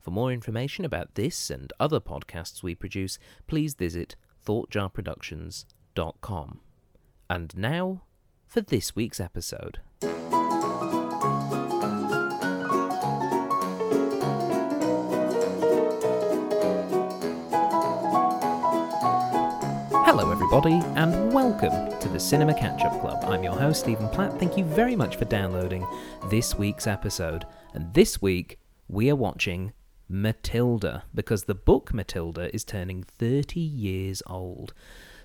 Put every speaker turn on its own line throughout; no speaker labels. For more information about this and other podcasts we produce, please visit thoughtjarproductions.com. And now for this week's episode. Hello, everybody, and welcome to the Cinema Catch Up Club. I'm your host, Stephen Platt. Thank you very much for downloading this week's episode. And this week, we are watching Matilda because the book Matilda is turning 30 years old.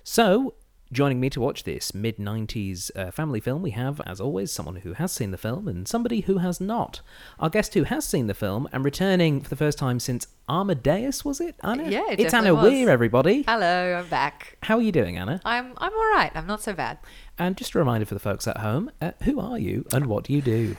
So, joining me to watch this mid 90s uh, family film, we have, as always, someone who has seen the film and somebody who has not. Our guest who has seen the film and returning for the first time since Armadeus, was it? Anna?
Yeah, it
it's
definitely
Anna
was.
Weir, everybody.
Hello, I'm back.
How are you doing, Anna?
I'm I'm all right. I'm not so bad.
And just a reminder for the folks at home uh, who are you and what do you do?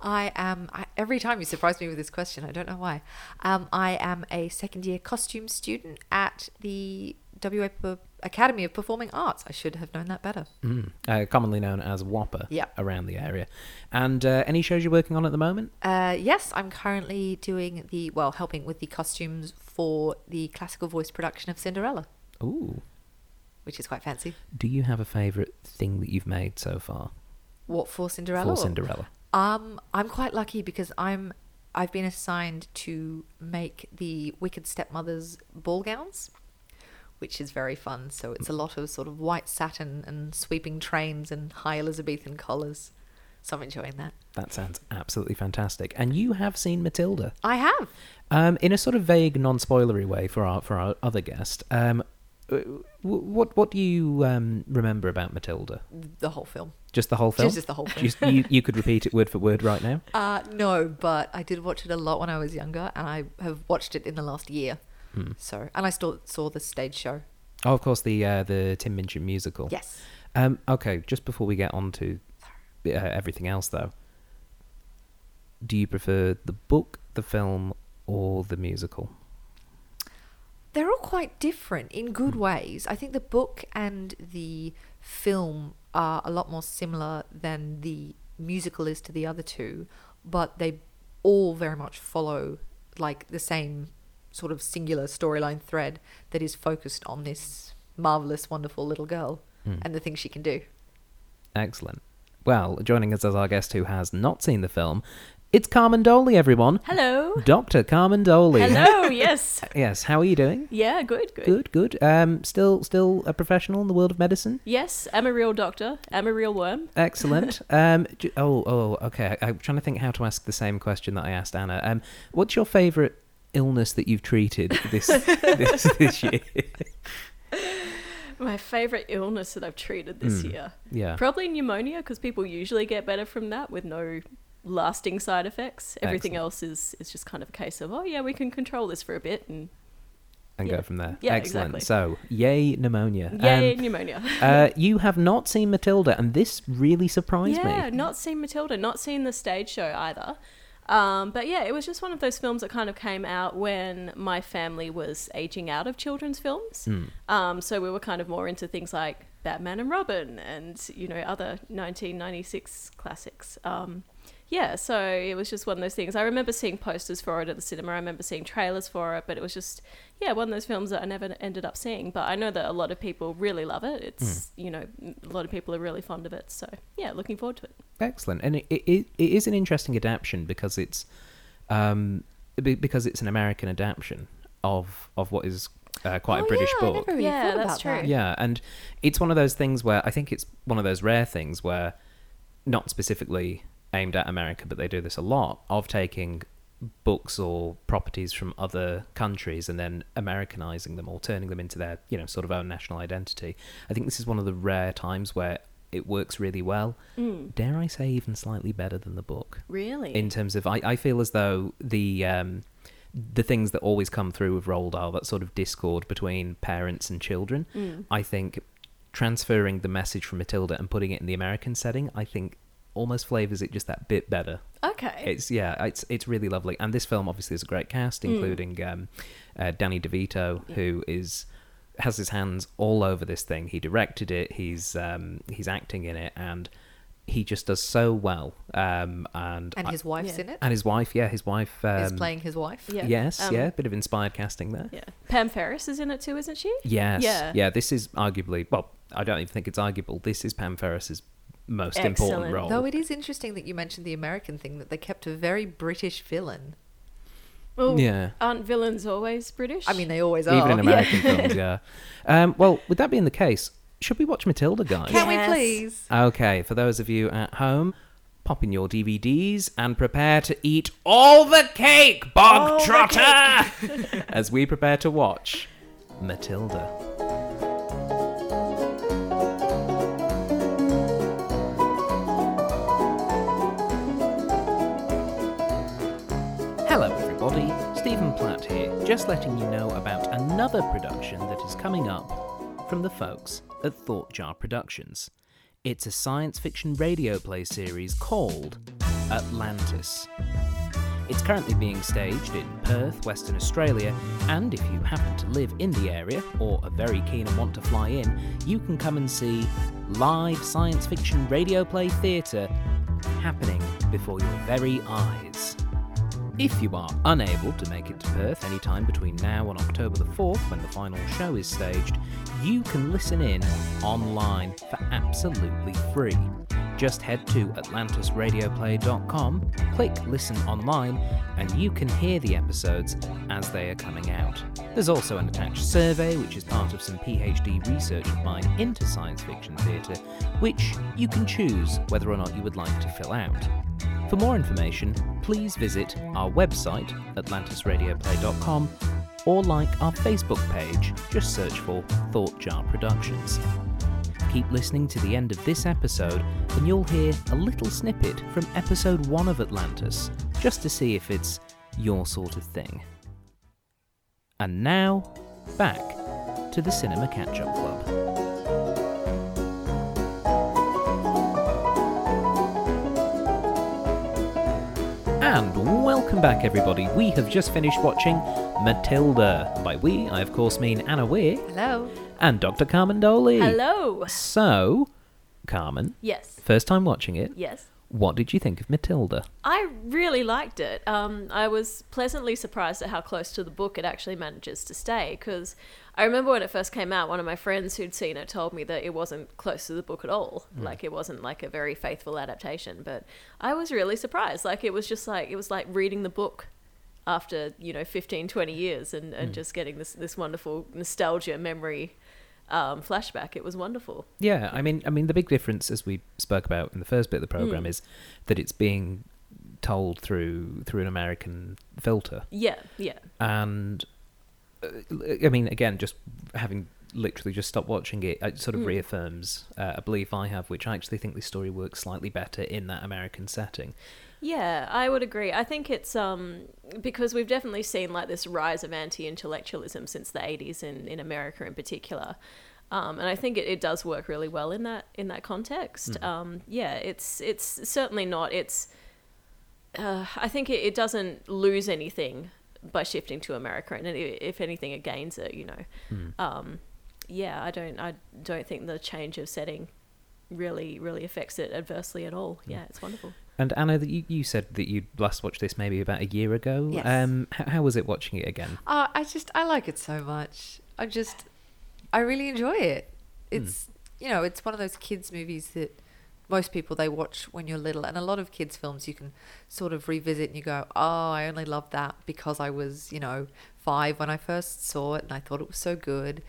I am. I, every time you surprise me with this question, I don't know why. Um, I am a second year costume student at the WA P- Academy of Performing Arts. I should have known that better.
Mm, uh, commonly known as Whopper
Yep.
around the area. And uh, any shows you're working on at the moment?
Uh, yes, I'm currently doing the well, helping with the costumes for the classical voice production of Cinderella,
Ooh.
which is quite fancy.
Do you have a favourite thing that you've made so far
What for Cinderella?
for
or-
Cinderella?
Um, I'm quite lucky because I'm I've been assigned to make the Wicked Stepmother's ball gowns, which is very fun. So it's a lot of sort of white satin and sweeping trains and high Elizabethan collars. So I'm enjoying that.
That sounds absolutely fantastic. And you have seen Matilda.
I have.
Um, in a sort of vague, non-spoilery way for our for our other guest, um, w- what what do you um, remember about Matilda?
The whole film.
Just the whole film.
Just the whole film.
Just- you, you could repeat it word for word right now.
Uh, no, but I did watch it a lot when I was younger, and I have watched it in the last year. So, and I still saw the stage show.
Oh, of course, the uh, the Tim Minchin musical.
Yes.
Um, okay, just before we get on to uh, everything else, though, do you prefer the book, the film, or the musical?
they're all quite different in
Hmm.
good ways. I think the book and the film are a lot more similar than the musical is to the other two, but they all very much follow like the same sort of singular storyline thread that is focused on this marvelous, wonderful little girl
Hmm.
and the things she can do.
Excellent. Well, joining us as our guest who has not seen the film, it's Carmen Doley, everyone.
Hello.
Dr. Carmen Doley.
Hello. yes.
Yes, how are you doing?
Yeah. Good. Good.
Good, good. Um, still, still a professional in the world of medicine.
Yes, I'm a real doctor. I'm a real worm.
Excellent. um, j- oh, oh, okay. I, I'm trying to think how to ask the same question that I asked Anna. Um, what's your favourite illness that you've treated this this, this year?
My favorite illness that I've treated this year
Yeah.
probably pneumonia because people usually get better from that with no lasting side effects. Everything
Excellent.
else is is just kind of a case of oh yeah we can control this for a bit and
and
yeah.
go from there.
Yeah,
Excellent.
exactly.
So, yay pneumonia.
yay
Um,
pneumonia.
uh, you have not seen Matilda, and this really surprised me.
yeah, not seen Matilda, not seen the stage show either. Um, but yeah, it was just one of those films that kind of came out when my family was aging out of children's films. Um, so we were kind of more into things like Batman and Robin and, you know, other 1996 classics. Um, yeah, so it was just one of those things. I remember seeing posters for it at the cinema. I remember seeing trailers for it, but it was just, yeah, one of those films that I never ended up seeing. But I know that a lot of people really love it. It's, you know, a lot of people are really fond of it. So yeah, looking forward to it.
Excellent, and it, it, it is an interesting adaptation because it's um, be- because it's an American adaptation of of what is uh, quite a
Oh,
British
yeah, I
book.
never really
Yeah,
thought
that's
about that.
true.
Yeah, and it's one of those things where I think it's one of those rare things where, not specifically aimed at America, but they do this a lot of taking books or properties from other countries and then Americanizing them or turning them into their you know sort of own national identity. I think this is one of the rare times where it works really well. Dare I say, even slightly better than the book
Really?
in terms of I, I feel as though the um, the things that always come through with Roald Dahl, that sort of discord between parents and children. I think transferring the message from Matilda and putting it in the American setting, I think almost flavors it just that bit better.
Okay.
It's yeah, it's it's really lovely. And this film obviously is a great cast, including um, uh, Danny DeVito, who is has his hands all over this thing. He directed it. He's um, he's acting in it, and he just does so well. Um, and
and
I-
his wife's
yeah.
in it.
and his wife, yeah, his wife um,
is playing his wife.
Yeah.
Yes,
Um,
yeah, bit of inspired casting there.
Yeah. Pam Ferris is in it too, isn't she?
Yes.
Yeah.
Yeah, this is arguably, well, I don't even think it's arguable. This is Pam Ferris's most important
Excellent.
role.
Though it is interesting that you mentioned the American thing that they kept a very British villain.
Well,
Yeah.
Aren't villains always British?
I mean, they always are.
even in American films, yeah. Um, well, with that being the case, should we watch Matilda, guys?
Can
Yes.
we please?
Okay, for those of you at home, pop in your DVDs and prepare to eat all the cake, Bog Trotter, Oh as we prepare to watch Matilda. Hello, everybody. Stephen Platt here, just letting you know about another production that is coming up from the folks at Thought Jar Productions. It's a science fiction radio play series called Atlantis. It's currently being staged in Perth, Western Australia, and if you happen to live in the area or are very keen and want to fly in, you can come and see live science fiction radio play theatre happening before your very eyes. If you are unable to make it to Perth anytime between now and October the 4th, when the final show is staged, you can listen in online for absolutely free. Just head to atlantisradioplay.com, click Listen Online, and you can hear the episodes as they are coming out. There's also an attached survey, which is part of some PhD research of mine into science fiction theatre, which you can choose whether or not you would like to fill out. For more information, please visit our website, atlantisradioplay.com, or like our Facebook page, just search for Thought Jar Productions. Keep listening to the end of this episode, and you'll hear a little snippet from episode 1 of Atlantis, just to see if it's your sort of thing. And now, back to the Cinema Catch Up Club. And welcome back, everybody. We have just finished watching Matilda. By we, I of course mean Anna Weir
Hello.
and Dr. Carmen Doley.
Hello.
So, Carmen,
Yes.
first time watching it,
Yes.
what did you think of Matilda?
I really liked it. Um, I was pleasantly surprised at how close to the book it actually manages to stay because I remember when it first came out, one of my friends who'd seen it told me that it wasn't close to the book at all. Like, it wasn't like a very faithful adaptation, but I was really surprised. Like, it was just like, it was like reading the book after, you know, 15, 20 years and, and just getting this, this wonderful nostalgia memory um, flashback. It was wonderful.
Yeah, I mean, I mean, the big difference, as we spoke about in the first bit of the program, is that it's being told through through an American filter.
Yeah, yeah.
and uh, I mean, again, just having literally just stopped watching it, it sort of reaffirms uh, a belief I have, which I actually think this story works slightly better in that American setting.
Yeah, I would agree. I think it's um because we've definitely seen like this rise of anti-intellectualism since the 80s in in America in particular. Um, and I think it, it does work really well in that in that context. Um, yeah, it's it's certainly not it's uh, I think it, it doesn't lose anything by shifting to America and it, if anything it gains it, you know. Um, yeah, I don't I don't think the change of setting really really affects it adversely at all. Yeah, it's wonderful.
And Anna, that you, you said that you last watched this maybe about a year ago.
Yes.
Um, how, how was it watching it again?
Uh, I just I like it so much. I just I really enjoy it.
Hmm.
It's you know it's one of those kids movies that most people they watch when you're little, and a lot of kids films you can sort of revisit and you go, oh, I only love that because I was you know five when I first saw it and I thought it was so good.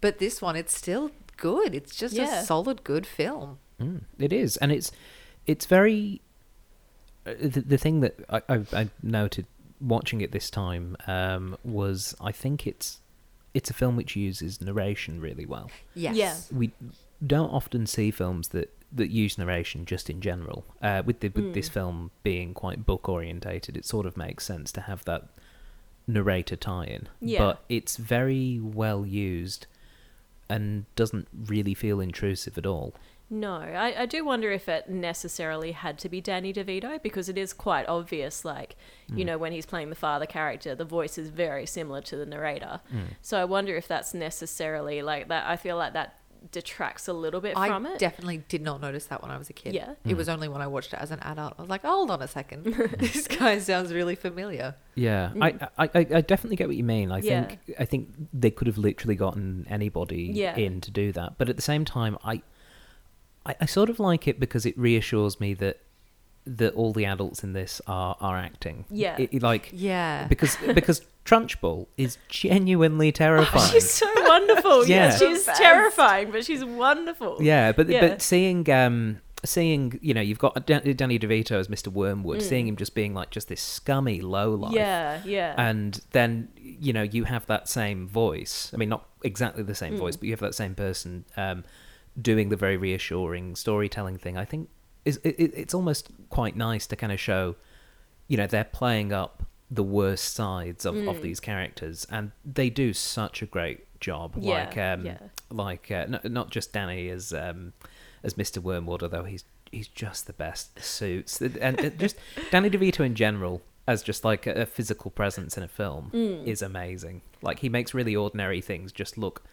But this one, it's still good. It's just
Yeah.
a solid good film.
Mm, it is, and it's it's very uh, the, the thing that I, I, I noted watching it this time um, was I think it's it's a film which uses narration really well.
Yes.
Yeah.
we don't often see films that that use narration just in general. Uh, with the, with this film being quite book orientated, it sort of makes sense to have that narrator tie-in,
Yeah.
but it's very well used and doesn't really feel intrusive at all.
No, I, I do wonder if it necessarily had to be Danny DeVito because it is quite obvious. Like,
Mm.
you know, when he's playing the father character, the voice is very similar to the narrator.
Mm.
So I wonder if that's necessarily like that. I feel like that detracts a little bit
I
from it.
definitely did not notice that when I was a kid.
Yeah.
Hmm.
It was only when I watched it as an adult. I was like, hold on a second. this guy sounds really familiar.
Yeah, I, I, I I definitely get what you mean. I
Mm. Yeah.
think I think they could have literally gotten anybody
Yeah.
in to do that, but at the same time, I, I I sort of like it because it reassures me that that all the adults in this are are acting.
Yeah.
It- it like
Yeah.
because because Trunchbull is genuinely terrifying.
she's Oh, so wonderful.
Yeah.
yeah. she's
The best.
terrifying, but she's wonderful.
Yeah, but
Yeah.
but seeing um seeing you know you've got Dan- Danny DeVito as Mr. Wormwood, seeing him just being like just this scummy low life.
Mm. Yeah, yeah.
And then you know you have that same voice. I mean, not exactly the same
Mm.
voice, but you have that same person um, doing the very reassuring storytelling thing. I think is it, it- it's almost quite nice to kind of show, you know, they're playing up the worst sides of,
Mm.
of these characters, and they do such a great job.
Yeah,
Like um,
yeah.
like uh, not, not just Danny as um, as Mr. Wormwood, although he's he's just the best suits, and uh, just Danny DeVito in general as just like a, a physical presence in a film
Mm.
is amazing. Like he makes really ordinary things just look.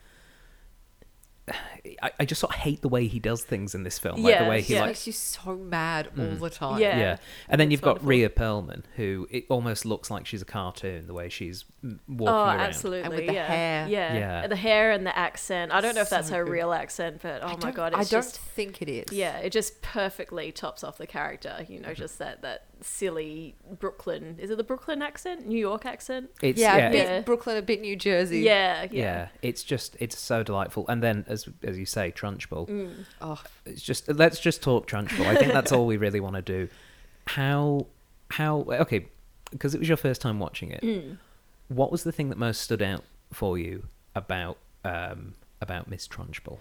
I, I just sort of hate the way he does things in this film, like the
Yeah,
way
It
he
just
yeah.
like Hmm.
makes you so mad all the time.
yeah.
Yeah.
And then
It's
you've got
wonderful.
Rhea Perlman, who it almost looks like she's a cartoon the way she's mm, walking
Oh,
around.
absolutely!
And with the
yeah.
hair.
yeah,
Yeah.
the hair and the accent. I don't know if that's
So
her
good.
real accent, but oh
I
my
don't-
god,
I
it's
don't
just
think it is.
Yeah, it just perfectly tops off the character. You know, just that that silly Brooklyn. Is it the Brooklyn accent? New York accent?
It's
yeah,
yeah,
a
it's-
bit Brooklyn, a bit New Jersey.
Yeah, yeah.
yeah. it's just it's so delightful. And then as as you say, Trunchbull.
Mm.
Oh,
It's just let's just talk Trunchbull. I think that's all we really want to do. How how okay? Because it was your first time watching it.
Mm.
What was the thing that most stood out for you about um about Miss Trunchbull?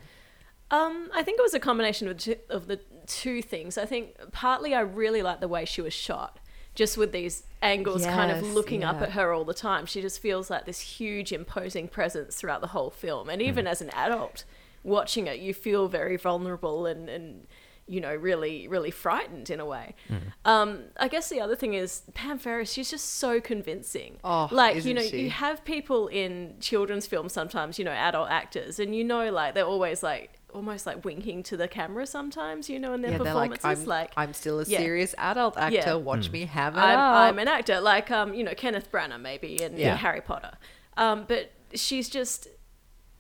Um, I think it was a combination of, two, of the two things. I think partly I really liked the way she was shot, just with these angles kind of
Yes,
looking up
yeah.
at her all the time. She just feels like this huge, imposing presence throughout the whole film.
Hmm.
And even as an adult watching it, you feel very vulnerable and, and you know, really, really frightened in a way.
Hmm.
Um, I guess the other thing is Pam Ferris, she's just so convincing.
Oh,
like, you
isn't
know,
she?
you have people in children's films sometimes, you know, adult actors, and you know, like they're always like almost like winking to the camera sometimes, you know, in their
yeah, they're like
performances.
I'm, I'm still a
yeah.
serious adult actor.
Yeah.
Hmm.
Watch me have it
I'm,
up.
I'm an actor, like um, you know, Kenneth Branagh maybe in, in
Yeah.
Harry Potter. Um, but she's just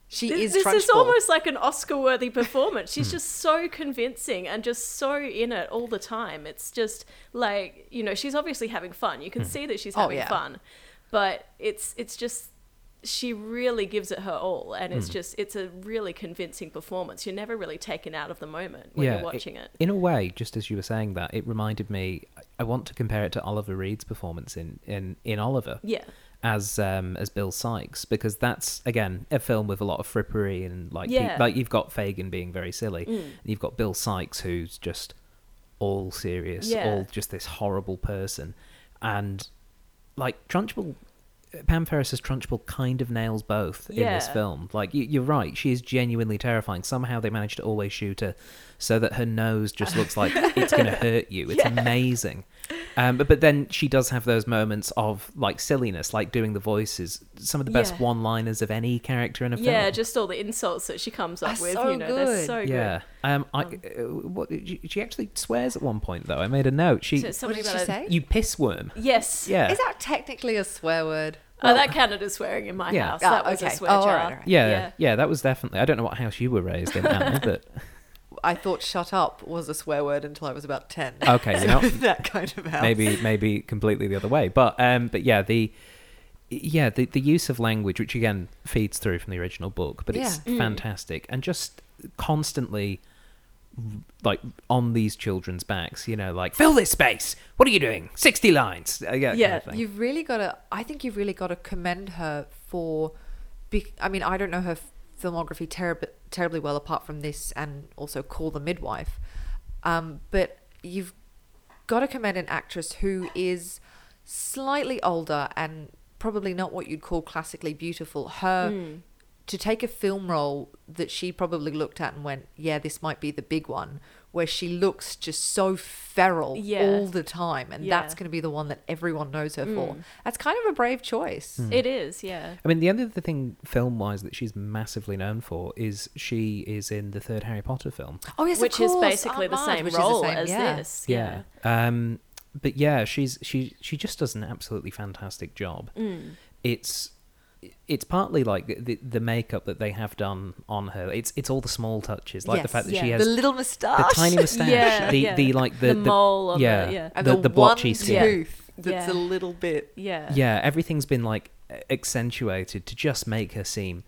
she
this,
is.
this is
Trunchbull. Hmm.
almost like an Oscar-worthy performance. She's just so convincing and just so in it all the time. It's just like you know, she's obviously having fun. You can see that she's
Oh,
having
yeah.
fun, but it's it's just she really gives it her all, and
Hmm.
it's just it's a really convincing performance. You're never really taken out of the moment when you're watching it.
In a way, just as you were saying that, it reminded me. I want to compare it to Oliver Reed's performance in in, in Oliver.
Yeah.
As um, as Bill Sykes, because that's again a film with a lot of frippery and like pe-
Yeah. Mm.
like you've got Fagin being very silly, and you've got Bill Sykes who's just all serious,
Yeah.
all just this horrible person, and like Trunchbull, Pam Ferris's Trunchbull kind of nails both in this
Yeah.
film. Like you, you're right, she is genuinely terrifying. Somehow they managed to always shoot her so that her nose just looks like it's going to hurt you. It's amazing. Um, but but then she does have those moments of like silliness, like doing the voices. Some of the best
Yeah.
one-liners of any character in a film.
Yeah, just all the insults that she comes up
That's
with,
Ah, so
you know, they're
good.
so
yeah.
good.
Um, I, uh, what, she she actually swears at one point though. I made a note. She
So it's something
did
about
she
a-
say?
you piss worm.
Yes.
Yeah. Uh,
Is that technically a swear word?
oh, that counted as swearing in my
Yeah.
house.
Ah,
that was
okay.
a swear
Oh, all
jar.
right, all right.
yeah, yeah, that was definitely. I don't know what house you were raised in, Anna, but
I thought "shut up" was a swear word until I was about ten.
okay, you know,
that kind of house.
maybe maybe completely the other way. But um, but yeah, the yeah the the use of language, which again feeds through from the original book, but it's
Yeah.
fantastic and just constantly like on these children's backs, you know, like fill this space. What are you doing? Sixty lines. Uh, yeah, that
Yeah,
kind of thing.
You've really got to. I think you've really got to commend her for. Be, I mean, I don't know her f- filmography terrib- terribly well, apart from this and also Call the Midwife. Um, but you've got to commend an actress who is slightly older and probably not what you'd call classically beautiful. Her to take a film role that she probably looked at and went, "Yeah, this might be the big one," where she looks just so feral
Yeah.
all the time, and
Yeah. Mm.
that's going to be the one that everyone knows her for. That's kind of a brave choice.
Mm.
It is, yeah.
I mean, the other thing film wise that she's massively known for is she is in the third Harry Potter film.
Oh yes, of
which is
course,
basically the
Ahmad,
same
which is
role
same-
as
yeah.
this.
Um, but yeah, she's she she just does an absolutely fantastic job.
Mm.
It's it's partly like the, the the makeup that they have done on her. It's it's all the small touches, like the
Yes.
fact that she
Yeah.
has
the little moustache,
the tiny moustache,
Yeah,
the,
yeah.
the like the,
The mole on the-
yeah,
yeah.
and
the, the blotchy
one
skin.
tooth that's
Yeah.
a little bit
Yeah.
Yeah, everything's been like accentuated to just make her seem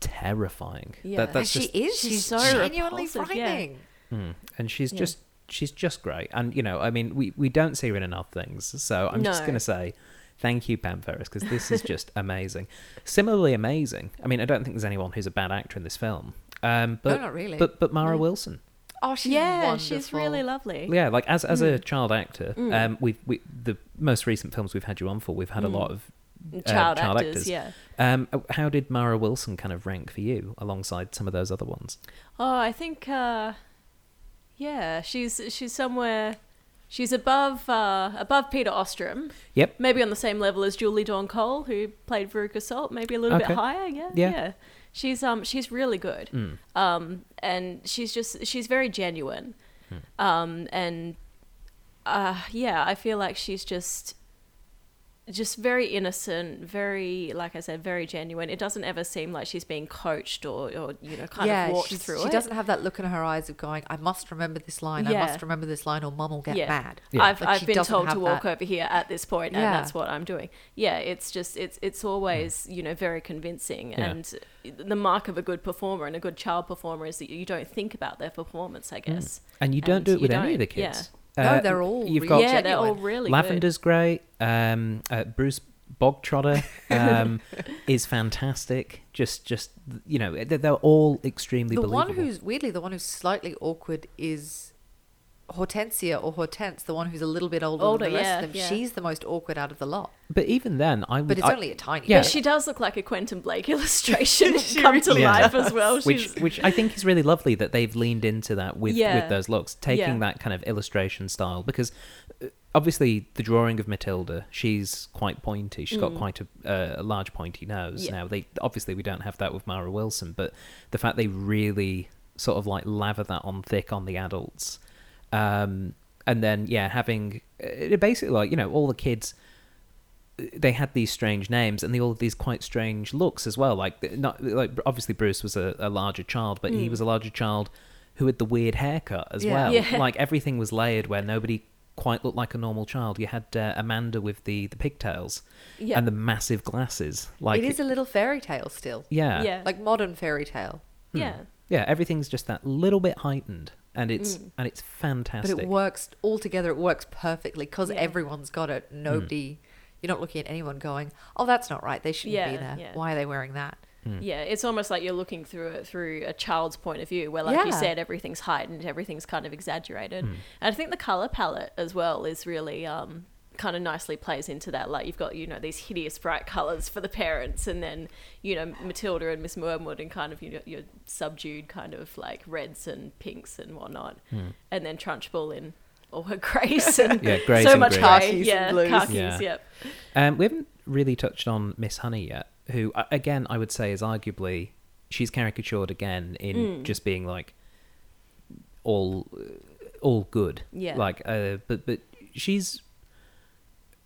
terrifying.
Yeah.
That, that's
and
just,
she is.
she's
She's
so
genuinely
repulsive, yeah.
frightening.
Mm. and she's
Yeah.
just she's just great. And you know, I mean, we we don't see her in enough things, so I'm just
No.
gonna say. Thank you, Pam Ferris, because this is just amazing. Similarly amazing. I mean, I don't think there's anyone who's a bad actor in this film. Um, but
not really.
But but Mara
No.
Wilson,
Oh, she's
yeah,
wonderful.
she's really Hmm. lovely.
yeah, like as as a child actor, um, we've we the most recent films we've had you on for, we've
Hmm.
had a lot of uh,
Child, actors, yeah.
Um, how did Mara Wilson kind of rank for you alongside some of those other ones?
Oh, I think uh yeah, she's she's somewhere she's above uh above Peter Ostrom.
Yep.
Maybe on the same level as Julie Dawn Cole, who played Veruca Salt, maybe a little
Okay.
bit higher, yeah.
Yeah. Hmm.
She's um she's really good. Um and she's just she's very genuine.
Hmm.
Um and uh yeah, I feel like she's just just very innocent, very like I said, very genuine. It doesn't ever seem like she's being coached or, or you know, kind
yeah,
of walked
she's-
through
she
it.
doesn't have that look in her eyes of going, I must remember this line, I
Yeah.
must remember this line, or mum will get mad.
Yeah.
I've,
Like,
I've
she
been
doesn't
told to
have
walk
that-
over here at this point, and
Yeah.
that's what I'm doing. Yeah, it's just it's it's always you know very convincing,
Yeah.
and the mark of a good performer and a good child performer is that you don't think about their performance, I
Mm.
guess.
And you don't
And
do it with
you
any of the
don't, yeah.
kids. Uh,
No, they're all
You've
really-
got
yeah, they're all
genuine.
really
Lavender's great. Um, uh, Bruce Bogtrotter um, is fantastic. Just, just you know, they're, they're all extremely
The
believable.
one who's, weirdly, the one who's slightly awkward is Hortensia or Hortense, the one who's a little bit older,
Older,
than the rest
yeah,
of them.
yeah.
She's the most awkward out of the lot.
But even then, I would.
But it's
Mm, I-
only a tiny
Yeah.
But she does look like a Quentin Blake illustration
She
come to
really
life
does.
as well. She's,
which, which I think is really lovely that they've leaned into that with
Yeah.
with those looks, taking
Yeah.
that kind of illustration style because uh, obviously the drawing of Matilda, she's quite pointy. She's got quite a, uh, a large pointy nose.
Mm. Yeah.
Now they obviously we don't have that with Mara Wilson, but the fact they really sort of like lather that on thick on the adults, um, and then yeah, having uh, basically like you know all the kids they had these strange names and they all had these quite strange looks as well. Like th- not like obviously Bruce was a, a larger child, but he was a larger child who had the weird haircut as
Hmm. Yeah.
well.
Yeah.
Like everything was layered where nobody quite looked like a normal child. You had uh, Amanda with the the pigtails
Yeah.
and the massive glasses. Like
it is a little fairy tale still.
yeah, Hmm.
Yeah.
Like modern fairy tale.
yeah,
yeah. Everything's just that little bit heightened, and it's and it's fantastic.
Hmm. But it works altogether. It works perfectly because
Yeah.
everyone's got it.
Mm.
Nobody, you're not looking at anyone going, "Oh, that's not right. They shouldn't be
Yeah,
there.
yeah.
Why are they wearing that?"
Hmm.
yeah. It's almost like you're looking through it through a child's point of view, where like you
Yeah.
said, everything's heightened, everything's kind of exaggerated,
Hmm.
and I think the color palette as well is really um, kind of nicely plays into that. Like you've got you know these hideous bright colors for the parents, and then you know Matilda and Miss Wormwood and kind of you know, your subdued kind of like reds and pinks and whatnot, and then Trunchbull in all her grace and
Hmm. Yeah, greys
so
and
much
greys.
grey.
Khakis and
yeah,
blues.
khakis,
Yeah.
yep.
Um, we haven't really touched on Miss Honey yet, who a- again I would say is arguably she's caricatured again in
Hmm.
just being like all uh, all good,
Yeah.
Like, uh, but but she's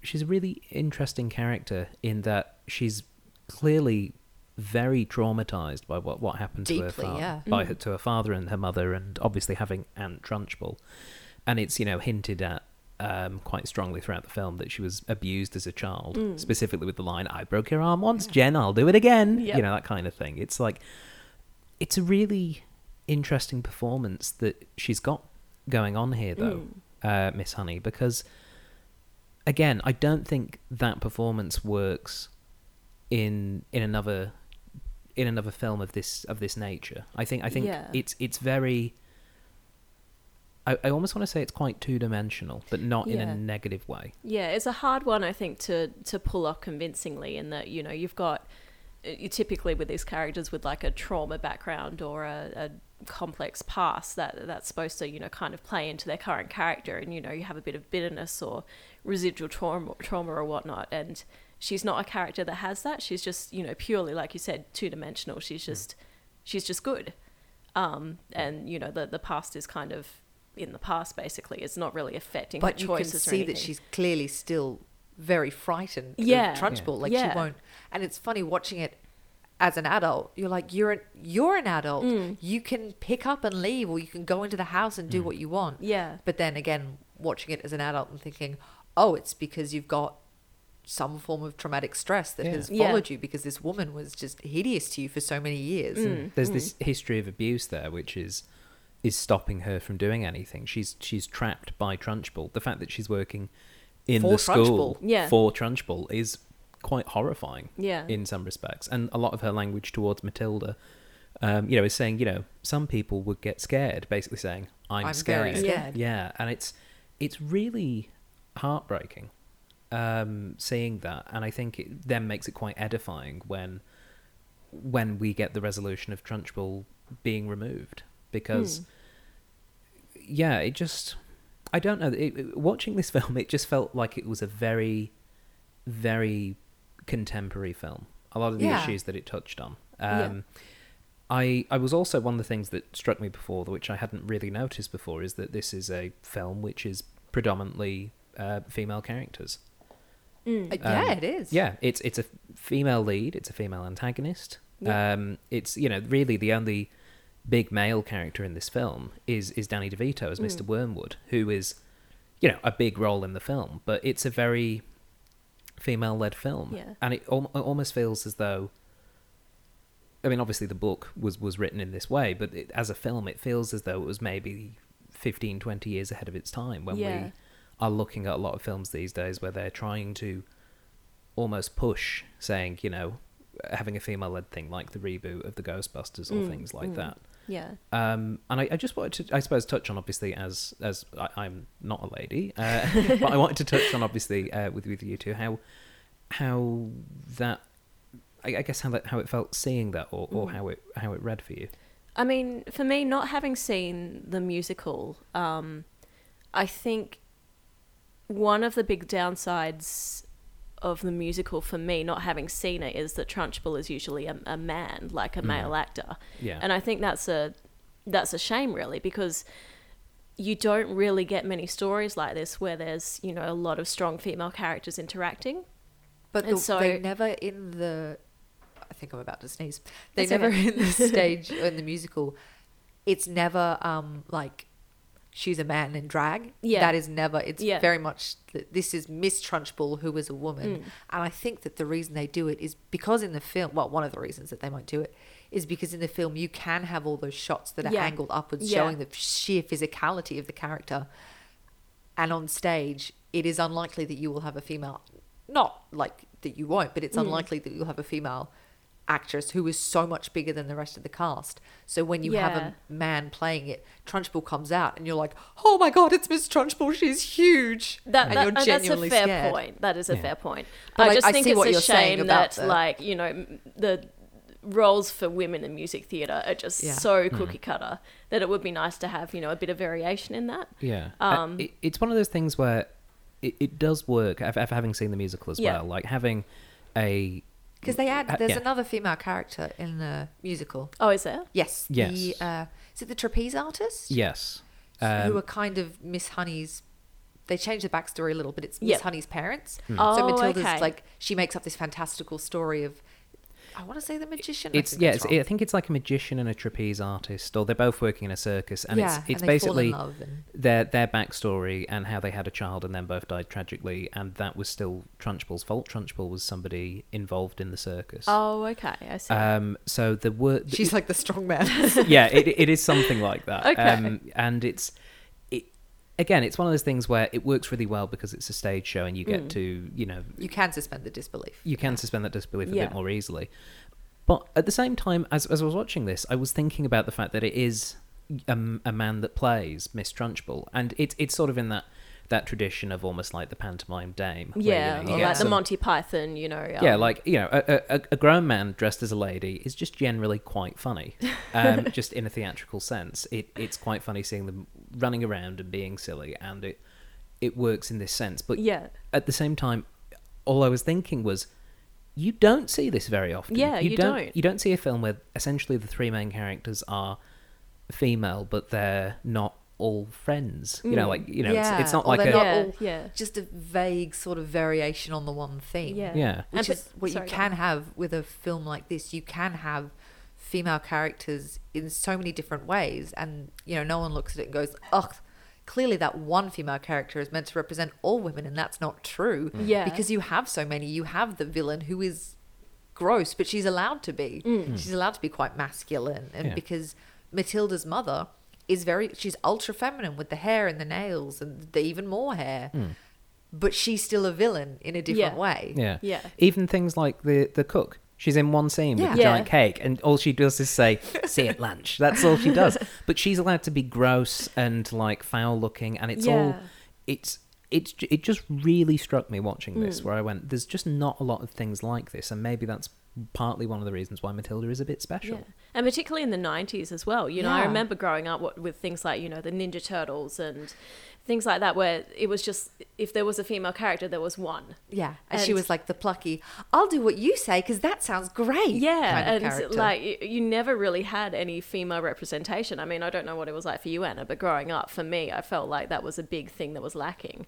she's a really interesting character in that she's clearly very traumatized by what what happened to
Deeply,
her father,
yeah.
by her, to her father and her mother, and obviously having Aunt Trunchbull, and it's you know hinted at um, quite strongly throughout the film that she was abused as a child, specifically with the line "I broke your arm once, Jen, I'll do it again,"
Yep.
you know that kind of thing. It's like it's a really interesting performance that she's got going on here though, uh, Miss Honey, because again, I don't think that performance works in in another in another film of this of this nature. I think I think
Yeah.
it's it's very I, I almost want to say it's quite two dimensional, but not in
Yeah.
a negative way.
Yeah, it's a hard one, I think, to to pull off convincingly. In that, you know, you've got uh, you typically with these characters with like a trauma background or a, a complex past that that's supposed to, you know, kind of play into their current character, and you know, you have a bit of bitterness or residual trauma, trauma or whatnot, and she's not a character that has that. She's just, you know, purely like you said, two dimensional.
Hmm.
She's just she's just good. Um, and you know the the past is kind of in the past basically. It's not really affecting
But
her
you can
choices or
see that
anything.
she's clearly still very frightened
Yeah.
of Trunchbull. Like
Yeah.
she won't. And it's funny watching it as an adult. You're like, you're an, you're an adult.
Mm.
You can pick up and leave, or you can go into the house and do
Mm.
what you want.
Yeah.
But then again, watching it as an adult and thinking, oh, it's because you've got some form of traumatic stress that
Yeah.
has
Yeah.
followed you because this woman was just hideous to you for so many
Mm,
years.
There's this history of abuse there, which is is stopping her from doing anything. She's she's trapped by Trunchbull. The fact that she's working in
For
the school
Trunchbull.
Yeah.
for Trunchbull is quite horrifying.
Yeah.
in some respects, and a lot of her language towards Matilda, um, you know, is saying you know some people would get scared, basically saying I'm,
I'm
scared.
very
scared.
Yeah, and it's it's really heartbreaking um, seeing that, and I think it then makes it quite edifying when when we get the resolution of Trunchbull being removed because yeah, it just I don't know. It, it- watching this film, it just felt like it was a very very contemporary film. A lot of the
Yeah.
issues that it touched on.
Yeah.
Um, I I was also one of the things that struck me before, which I hadn't really noticed before, is that this is a film which is predominantly uh, female characters.
Mm.
Uh, yeah, it is.
Um, Yeah, it's it's a female lead, it's a female antagonist. Um, it's you know really the only big male character in this film is is Danny DeVito as Mr. Wormwood, who is you know a big role in the film, but it's a very female led film,
Yeah.
and it, al- it almost feels as though. I mean, obviously the book was was written in this way, but it, as a film, it feels as though it was maybe 15, 20 years ahead of its time when
Yeah.
we are looking at a lot of films these days where they're trying to almost push saying, you know, having a female led thing like the reboot of the Ghostbusters or things like that.
Yeah.
Um, and I, I just wanted to, I suppose, touch on obviously as as I, I'm not a lady, uh, but I wanted to touch on obviously uh, with with you two how how that I, I guess how that how it felt seeing that or, or
Mm.
how it how it read for you.
I mean, for me, not having seen the musical, um, I think one of the big downsides of the musical for me, not having seen it, is that Trunchbull is usually a, a man, like a male actor.
Mm. Yeah.
And I think that's a that's a shame, really, because you don't really get many stories like this where there's you know a lot of strong female characters interacting.
But
And
the,
so-
they never in the. I think I'm about to sneeze. They
It's
never
okay.
in the stage in the musical. It's never um like she's a man in drag.
Yeah.
that is never. It's
Yeah.
very much th- this is Miss Trunchbull who is a
Mm.
woman, and I think that the reason they do it is because in the film. Well, one of the reasons that they might do it is because in the film you can have all those shots that are
Yeah.
angled upwards,
Yeah.
showing the sheer physicality of the character and on stage, it is unlikely that you will have a female, not like that you won't,
Mm.
but it's unlikely that you'll have a female actress who is so much bigger than the rest of the cast. So when you have
Yeah.
a man playing it, Trunchbull comes out and you're like, oh my God, it's Miss Trunchbull. She's huge.
That,
and
that-
you're
and
genuinely
that's a fair
scared.
point. That is a
Yeah.
fair point.
But
I
I-
just
I
think
see
it's
what
a
you're saying
shame that,
about the-
like, you know, m- the roles for women in music theatre are just
Yeah. Mm.
so cookie cutter that it would be nice to have, you know, a bit of variation in that.
Yeah. Um, it, it's one of those things where it, it does work. af- After having seen the musical as
Yeah.
well, like having a
Because they
Uh,
add, there's
yeah.
another female character in the musical.
Oh, is there?
Yes.
Yes.
The, uh, is it the trapeze artist?
yes. um,
who are kind of Miss Honey's. They change the backstory a little, but it's Miss
Yeah.
Honey's parents.
Hmm.
Oh,
so Matilda's
okay.
like she makes up this fantastical story of. I want to say the magician. I
It's
think
yeah.
that's
It's, I think it's like a magician and a trapeze artist, or they're both working in a circus, and
Yeah,
it's it's
and they fall in
basically
love and-
their their backstory and how they had a child and then both died tragically, and that was still Trunchbull's fault. Trunchbull was somebody involved in the circus.
Oh, okay. I see.
Um. So the word
wrong. She's like the strong man.
yeah, it, it is something like that.
Okay.
Um, and it's it again, it's one of those things where it works really well because it's a stage show and you
Mm.
get to you know
you can suspend the disbelief.
you can suspend that disbelief a
Yeah.
bit more easily. But at the same time, as as I was watching this, I was thinking about the fact that it is a, a man that plays Miss Trunchbull, and it's it's sort of in that that tradition of almost like the pantomime dame. where, you
yeah,
know, you
or
get
like the
some-
Monty Python, you know. um,
yeah, like you know, a, a, a grown man dressed as a lady is just generally quite funny. Um, just in a theatrical sense, it it's quite funny seeing them running around and being silly, and it it works in this sense. But
Yeah.
at the same time, all I was thinking was, you don't see this very often.
Yeah, you don't.
You don't see a film where essentially the three main characters are female, but they're not all friends. You know, like you know, it's, it's not
or
like a
they're not
Mm. Yeah,
all
yeah.
just a vague sort of variation on the one theme.
Yeah.
Yeah.
which
And-
is what
sorry,
you
go on.
can have with a film like this. You can have female characters in so many different ways, and you know, no one looks at it and goes, "Ugh." Clearly, that one female character is meant to represent all women, and that's not true.
Mm.
Yeah.
Because you have so many. You have the villain who is gross, but she's allowed to be.
Mm.
She's allowed to be quite masculine. And
Mm. Yeah.
because Matilda's mother is very, she's ultra feminine with the hair and the nails and the even more hair. But she's still a villain in a different
Yeah.
way.
Mm. Yeah.
Yeah.
Even things like the the cook. She's in one scene with
Yeah.
a
Yeah.
giant cake, and all she does is say, "See you at lunch." That's all she does. But she's allowed to be gross and like foul looking, and it's all
Yeah.
it's it's ju- it just really struck me watching this,
Hmm.
where I went, "There's just not a lot of things like this," and maybe that's partly one of the reasons why Matilda is a bit special.
Yeah. And particularly in the 90s as well. You know, I
Yeah.
remember growing up what, with things like, you know, the Ninja Turtles and things like that, where it was just, if there was a female character, there was one.
Yeah, and, she
And-
was like the plucky. I'll do what you say because that sounds great.
Yeah,
kind of
and
character.
like you, you never really had any female representation. I mean, I don't know what it was like for you, Anna, but growing up, for me, I felt like that was a big thing that was lacking.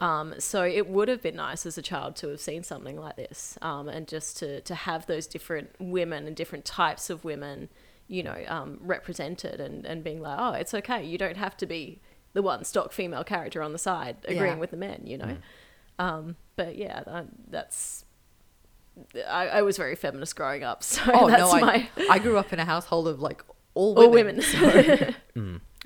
Mm.
Um, so it would have been nice as a child to have seen something like this, um, and just to to have those different women and different types of women, you know, um, represented and and being like, oh, it's okay, you don't have to be the one stock female character on the side agreeing
Yeah. Mm.
with the men, you know. Um, but yeah, that, that's I, I was very feminist growing up, so
oh
that's
no, I,
my
I grew up in a household of like all women.
all women.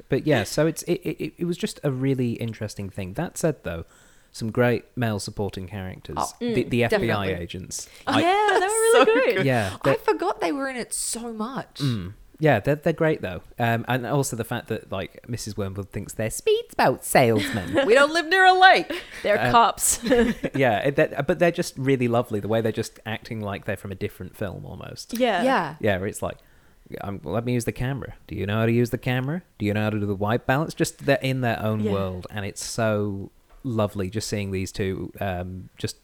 But yeah, so it's it, it it was just a really interesting thing. That said, though, some great male supporting characters,
Oh,
the, the FBI
definitely.
agents.
mm, Oh, yeah,
I-
they were really good.
yeah,
I
they-
forgot they were in it so much.
Mm. Yeah, they're, they're great though, um, and also the fact that like Mrs. Wormwood thinks they're speedboat salesmen.
We don't live near a lake.
They're cops.
yeah, it- that- but they're just really lovely. The way they're just acting like they're from a different film almost.
yeah,
yeah.
Yeah, where it's like, um, let me use the camera. Do you know how to use the camera? Do you know how to do the white balance? Just they're in their own
Yeah.
world, and it's so lovely just seeing these two um, just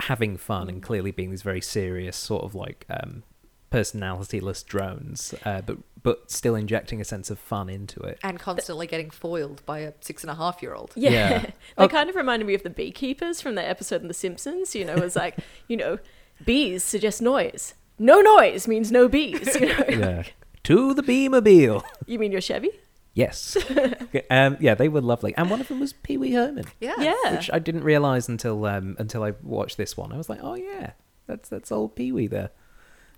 having fun and clearly being these very serious sort of like um, personality-less drones, uh, but but still injecting a sense of fun into it.
And constantly getting foiled by a six and a half year old.
Yeah.
Yeah.
they
Oh.
kind of reminded me of the beekeepers from the episode in The Simpsons. You know, it was like, you know, bees suggest noise. No noise means no bees. You know,
yeah. To the Beamermobile.
you mean your Chevy?
Yes. um, yeah, they were lovely, and one of them was Pee Wee Herman,
Yeah.
Yeah,
which I didn't realize until um, until I watched this one. I was like, oh yeah, that's that's old Pee Wee there.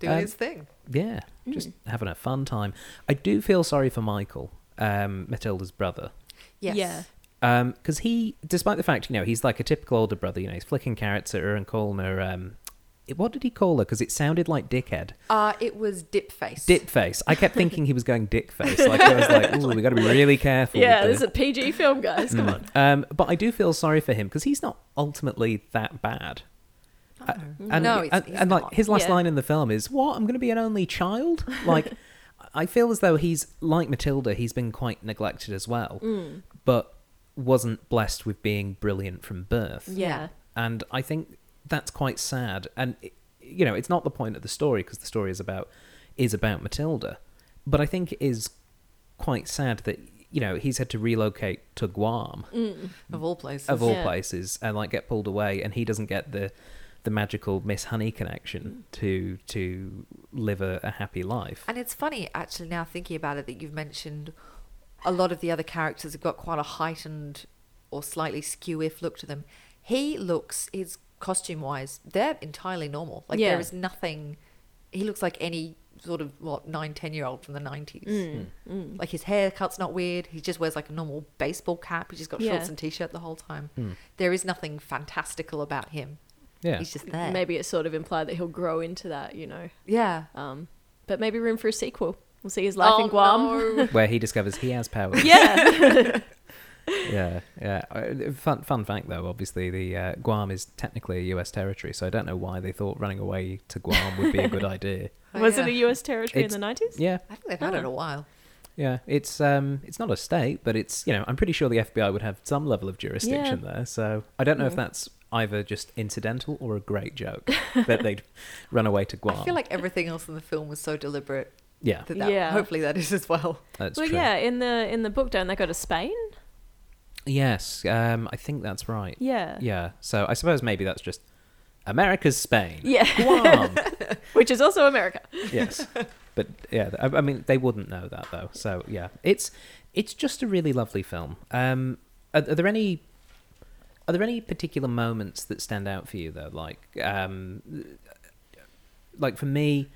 Doing
Um,
his thing.
Yeah,
Hmm.
just having a fun time. I do feel sorry for Michael, um, Matilda's brother.
Yes.
yeah.
Because he, despite the fact, you know, he's like a typical older brother, you know, he's flicking carrots at her and calling her, um, what did he call her? Because it sounded like dickhead.
Uh, it was dip face.
Dip face. I kept thinking he was going dick face. Like I was like, ooh, we got to be really careful. with
Yeah,
the-
this is a PG film, guys. Come on.
Um, but I do feel sorry for him because he's not ultimately that bad. Uh,
Oh.
and,
No, he's-
and,
he's
and, like
not.
his last
Yeah.
line in the film is, "What? I'm going to be an only child." Like, I feel as though he's like Matilda. He's been quite neglected as well, but wasn't blessed with being brilliant from birth.
Yeah.
And I think that's quite sad. And it- you know, it's not the point of the story because the story is about is about Matilda, but I think it is quite sad that you know he's had to relocate to Guam
Of all places.
of all
Yeah.
places and like get pulled away, and he doesn't get the the magical Miss Honey connection to to live a, a happy life.
And it's funny, actually, now thinking about it, that you've mentioned a lot of the other characters have got quite a heightened or slightly skew if look to them. He looks, his costume wise, they're entirely normal. Like,
Yeah.
there is nothing, he looks like any sort of, what, nine, ten year old from the 90s.
Mm,
Like, his haircut's not weird. He just wears like a normal baseball cap. He's just got
Yeah.
shorts and t shirt the whole time. There is nothing fantastical about him.
yeah,
He's just there.
Maybe it sort of implied that he'll grow into that, you know.
Yeah.
Um, but maybe room for a sequel. We'll see his life in Guam.
Oh, no. Oh,
where he discovers he has powers.
Yeah.
yeah, yeah. Uh, Fun, fun fact though. Obviously, the uh, Guam is technically a U.S. territory, so I don't know why they thought running away to Guam would be a good idea.
Oh,
was
yeah.
it a US territory
It's-
in the 90s?
Yeah,
I think they've had
Oh.
it a while.
yeah. It's um, it's not a state, but it's you know, I'm pretty sure the FBI would have some level of jurisdiction there. So I don't know if that's either just incidental or a great joke that they'd run away to Guam.
I feel like everything else in the film was so deliberate
yeah,
that, that
Yeah.
hopefully that is as well.
that's
well,
true.
yeah, in the in the book, don't they go to Spain?
Yes, um, I think that's right.
Yeah.
Yeah. So I suppose maybe that's just America's Spain.
Yeah.
Guam.
Which is also America.
yes. But yeah, I, I mean they wouldn't know that though. So yeah, it's it's just a really lovely film. Um, are, are there any are there any particular moments that stand out for you though? Like um, like for me,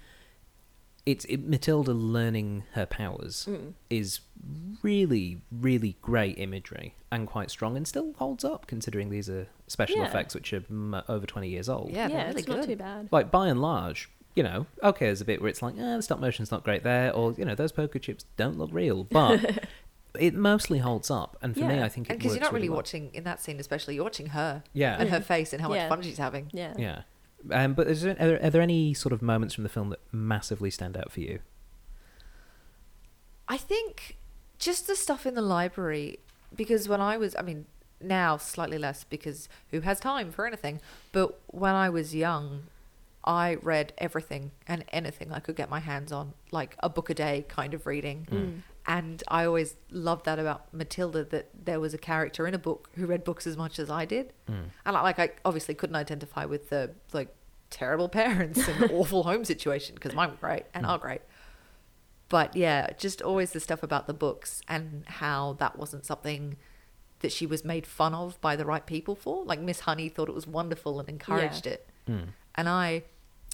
it's it, Matilda learning her powers is really really great imagery and quite strong and still holds up considering these are special
Yeah.
effects which are mm, over twenty years old
Yeah, they're really
it's
good.
not too bad.
like by and large, you know, okay, there's a bit where it's like, ah, the stop motion's not great there, or you know, those poker chips don't look real, but it mostly holds up. And for me,
Yeah,
I think it
because
works
you're not really
well.
watching in that scene, especially you're watching her
Yeah,
and her face and how much
Yeah.
fun she's having.
Yeah.
yeah. Um, but is there, are, there, are there any sort of moments from the film that massively stand out for you?
I think just the stuff in the library, because when I was, I mean, now slightly less because who has time for anything? But when I was young, I read everything and anything I could get my hands on, like a book a day kind of reading. And I always loved that about Matilda that there was a character in a book who read books as much as I did. And I, like, I obviously couldn't identify with the like terrible parents and the awful home situation because mine were great and are great. But yeah, just always the stuff about the books and how that wasn't something that she was made fun of by the right people for. Like Miss Honey thought it was wonderful and encouraged it. And I,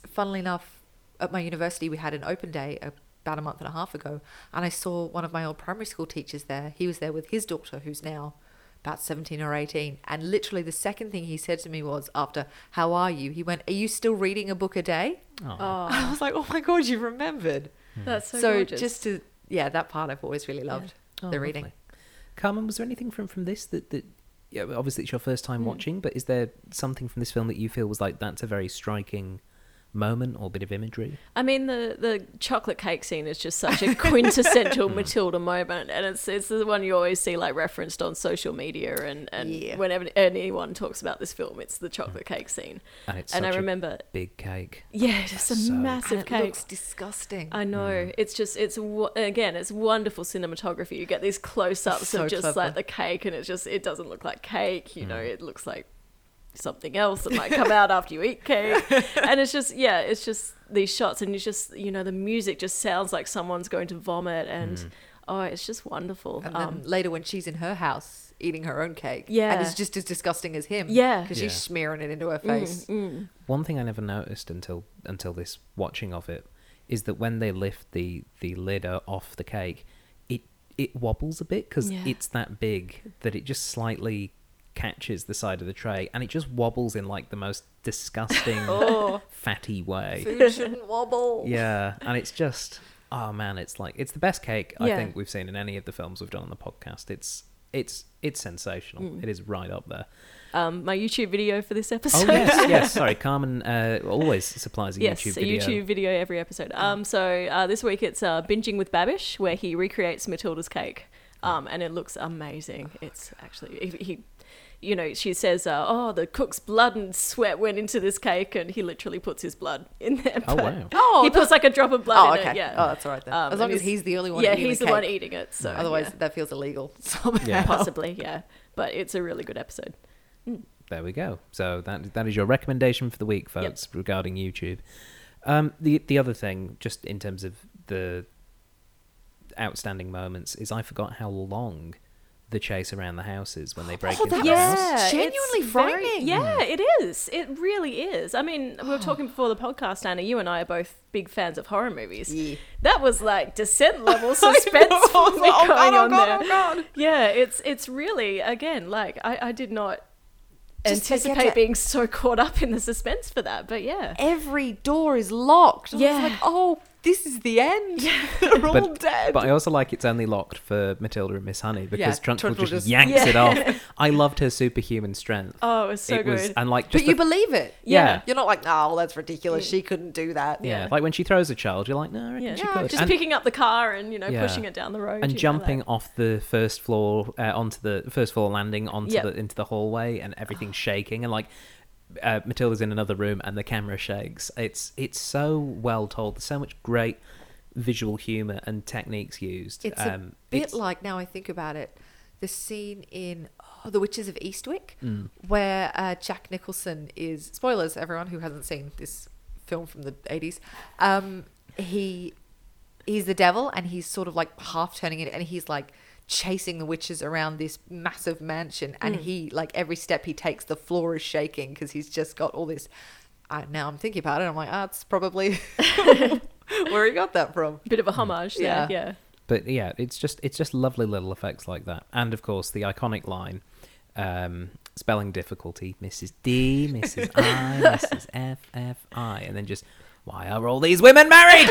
funnily enough, at my university, we had an open day about a month and a half ago. And I saw one of my old primary school teachers there. He was there with his daughter, who's now about 17 or 18. And literally, the second thing he said to me was, after, How are you? He went, Are you still reading a book a day?
Oh,
Oh,
I was like, Oh my God, you remembered.
that's so,
So,
gorgeous.
just to, yeah, that part I've always really loved
Oh,
the reading.
lovely. Carmen, was there anything from, from this that, that yeah, obviously it's your first time
Hmm.
watching, but is there something from this film that you feel was like, that's a very striking moment or bit of imagery?
I mean, the the chocolate cake scene is just such a quintessential
Mm.
Matilda moment, and it's it's the one you always see like referenced on social media, and and
Yeah.
whenever anyone talks about this film, it's the chocolate cake scene.
And it's
and I
such a
remember,
big cake.
yeah, it's a
So-
And
massive
it
cake.
looks disgusting.
I know. It's just it's wo- again, it's wonderful cinematography. You get these close-ups
So
of just
clever.
like the cake, and it just it doesn't look like cake. You know, it looks like something else that might come out after you eat cake. And it's just yeah, it's just these shots, and you just you know the music just sounds like someone's going to vomit, and oh, it's just wonderful.
Mm. And then
um,
later, when she's in her house eating her own cake,
Yeah.
and it's just as disgusting as him,
Yeah. Mm,
because
Yeah.
she's smearing it into her face.
One thing I never noticed until until this watching of it is that when they lift the the lid o- off the cake, it it wobbles a bit because
Yeah.
it's that big that it just slightly catches the side of the tray and it just wobbles in like the most disgusting
oh,
fatty way.
Food shouldn't wobble.
Yeah, and it's just oh man, it's like it's the best cake I
Yeah.
think we've seen in any of the films we've done on the podcast. It's it's it's sensational.
Mm.
It is right up there.
um, my YouTube video for this
Oh
episode.
yes, yes. Sorry, Carmen uh, always supplies a
yes,
YouTube
a
video. Mm.
YouTube video every episode. Um, so uh, this week it's uh, binging with Babish, where he recreates Matilda's cake, um, and it looks amazing. It's actually he, he you know, she says, uh, "Oh, the cook's blood and sweat went into this cake," and he literally puts his blood in there.
Oh
but
wow.
Oh,
he puts like a drop of blood
oh,
in
okay.
it. Yeah.
Oh, that's all right then.
Um,
as long
and
as he's the only one.
yeah,
eating
he's
the,
the, one
cake.
eating it. So
Otherwise,
yeah,
that feels illegal somehow.
Yeah.
possibly, yeah. But it's a really good episode.
There we go. So that that is your recommendation for the week, folks, regarding YouTube. Um, the the other thing, just in terms of the outstanding moments, is I forgot how long the chase around the house is when they break
Oh,
into
that
the
was-
house.
It's genuinely
it's very-
frightening.
yeah, it is. It really is. I mean, we were talking before the podcast, Anna. You and I are both big fans of horror movies.
Yeah.
That was like descent level suspense for me
Oh, God,
going
oh,
on
God,
there.
oh, God.
Yeah, it's it's really again like I, I did not
Just they get
anticipate
to-
being so caught up in the suspense for that. But yeah,
Every door is locked. And I was
Yeah.
like, oh this is the end. They're all
But-
dead.
But I also like it's only locked for Matilda and Miss Honey because
Yeah,
Trunchbull
Trunchbull
just,
just-
yanks
Yeah.
it off. I loved her superhuman strength.
Oh, it was so
it
good.
was, and like
But
just
you
the-
believe it.
yeah.
You're not like, oh, that's
Mm.
ridiculous. She couldn't do that.
yeah, like when she throws a child, you're like, no, I reckon
yeah,
she
Yeah,
could.
just
and,
picking up the car and you know
Yeah.
pushing it down the road
and
you know,
jumping
like-
off the first floor uh, onto the first floor landing onto
Yep.
the into the hallway and everything's shaking and like uh, Matilda's in another room and the camera shakes. It's it's so well told. There's so much great visual humor and techniques used.
It's
um,
a bit
it's-
like now I think about it, the scene in oh, The Witches of Eastwick,
Mm.
where uh, Jack Nicholson is spoilers. Everyone who hasn't seen this film from the eighties, um, he he's the devil and he's sort of like half turning it, and he's like chasing the witches around this massive mansion, and he like every step he takes, the floor is shaking because he's just got all this. I, now I'm thinking about it. I'm like, ah, it's probably where he got that from.
bit
Mm.
of a homage
Yeah.
there, yeah
but yeah, it's just it's just lovely little effects like that, and of course the iconic line, um, spelling difficulty, Mrs. D, Mrs. I, Mrs. F, F, I, and then just why are all these women married?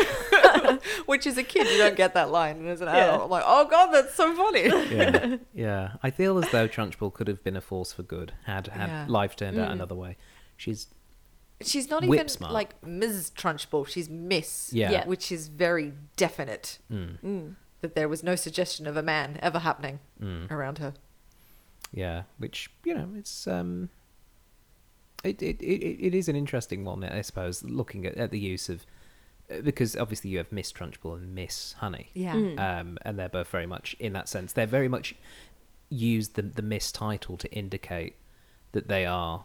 Which is a kid, you don't get that line. And as an
Yeah.
adult, I'm like, oh god, that's so funny.
yeah, yeah. I feel as though Trunchbull could have been a force for good had had
Yeah. Mm.
life turned out another way. She's
She's not
Whip
even
smart.
like Ms. Trunchbull. She's Miss,
Yeah. Mm. Yeah.
which is very definite. Mm. That there was no suggestion of a man ever happening
Mm.
around her.
yeah, which you know, it's um, it it it, it it is an interesting one, I suppose. Looking at, at the use of uh, because obviously you have Miss Trunchbull and Miss Honey.
Yeah.
um, and they're both very much in that sense. They're very much used the the Miss title to indicate that they are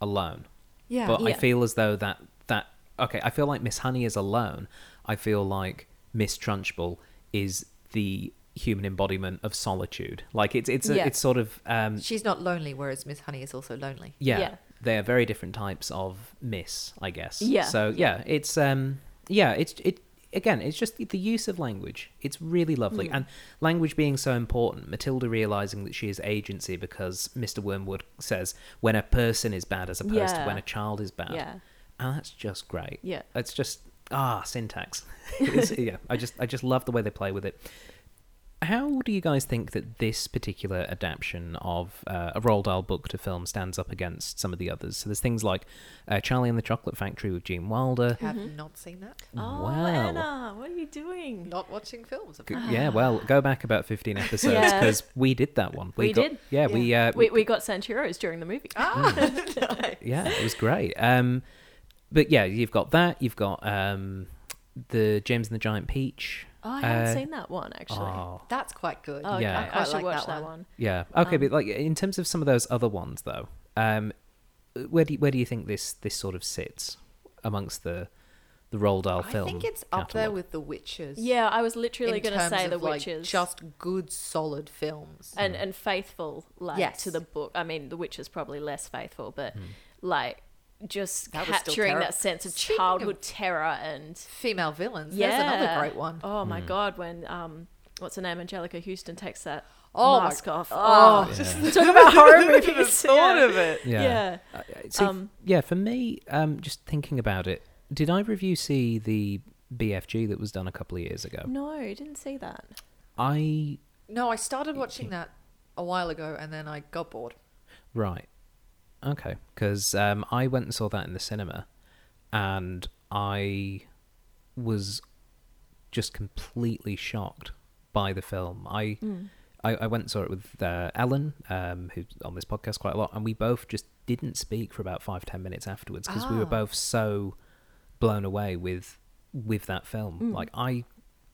alone.
Yeah.
but I
Yeah.
feel as though that that okay, I feel like Miss Honey is alone. I feel like Miss Trunchbull is the human embodiment of solitude. Like it's it's a,
Yeah.
it's sort of um,
She's not lonely, whereas Miss Honey is also lonely.
yeah,
Yeah.
they are very different types of miss, I guess.
Yeah.
So yeah, it's um yeah, it's it again, it's just the use of language. It's really
Hmm.
lovely. And language being so important, Matilda realizing that she is agency because Mr. Wormwood says when a person is bad as opposed to
Yeah.
when a child is bad.
Yeah.
And that's just great.
Yeah.
It's just ah, syntax. It's- yeah. I just I just love the way they play with it. How do you guys think that this particular adaptation of uh, a Roald Dahl book to film stands up against some of the others? So there's things like uh, Charlie and the Chocolate Factory with Gene Wilder.
Have not seen that.
oh
Wow.
anna what are you doing
Not watching films.
G- Yeah, well, go back about 15 episodes
Ah. Yeah.
because we did that one.
We
got,
did.
Yeah, we, uh,
we, we got Santiros during the movie
Ah,
yeah, it was great. Um, but yeah, you've got that. You've got um, the James and the Giant Peach.
oh i haven't
Uh,
seen that one actually oh,
Oh,
That's quite good.
okay.
yeah.
i,
I quite
should
like
watch
that
that,
one.
one
yeah. Okay,
Um,
but like in terms of some of those other ones though, um, where do you, where do you think this this sort of sits amongst the the Roald Dahl
I
film?
think it's up there
catalogue?
with The Witches.
yeah i was literally
in
going to
terms
say
of,
the
like,
witches
Just good, solid films.
and and faithful like
Yes.
to the book i mean the witch is probably less faithful but like just
That was still
capturing
terri-
that sense of
Speaking of-
childhood terror and
Female villains.
yeah
There's another great one.
Oh my god when um what's her name angelica houston takes that
Oh my-
mask off
oh,
just
talk about horror movies yeah.
it.
yeah.
yeah.
Uh, see,
Um,
yeah, for me, um, just thinking about it, did either of you see the BFG that was done a couple of years ago?
no didn't see that
I
No, I started watching that a while ago and then I got bored.
Right. Okay. Because um, I went and saw that in the cinema, and I was just completely shocked by the film. I I, I went and saw it with uh, Ellen, um, who's on this podcast quite a lot, and we both just didn't speak for about five ten minutes afterwards because we were
Ah.
both so blown away with with that film. Like I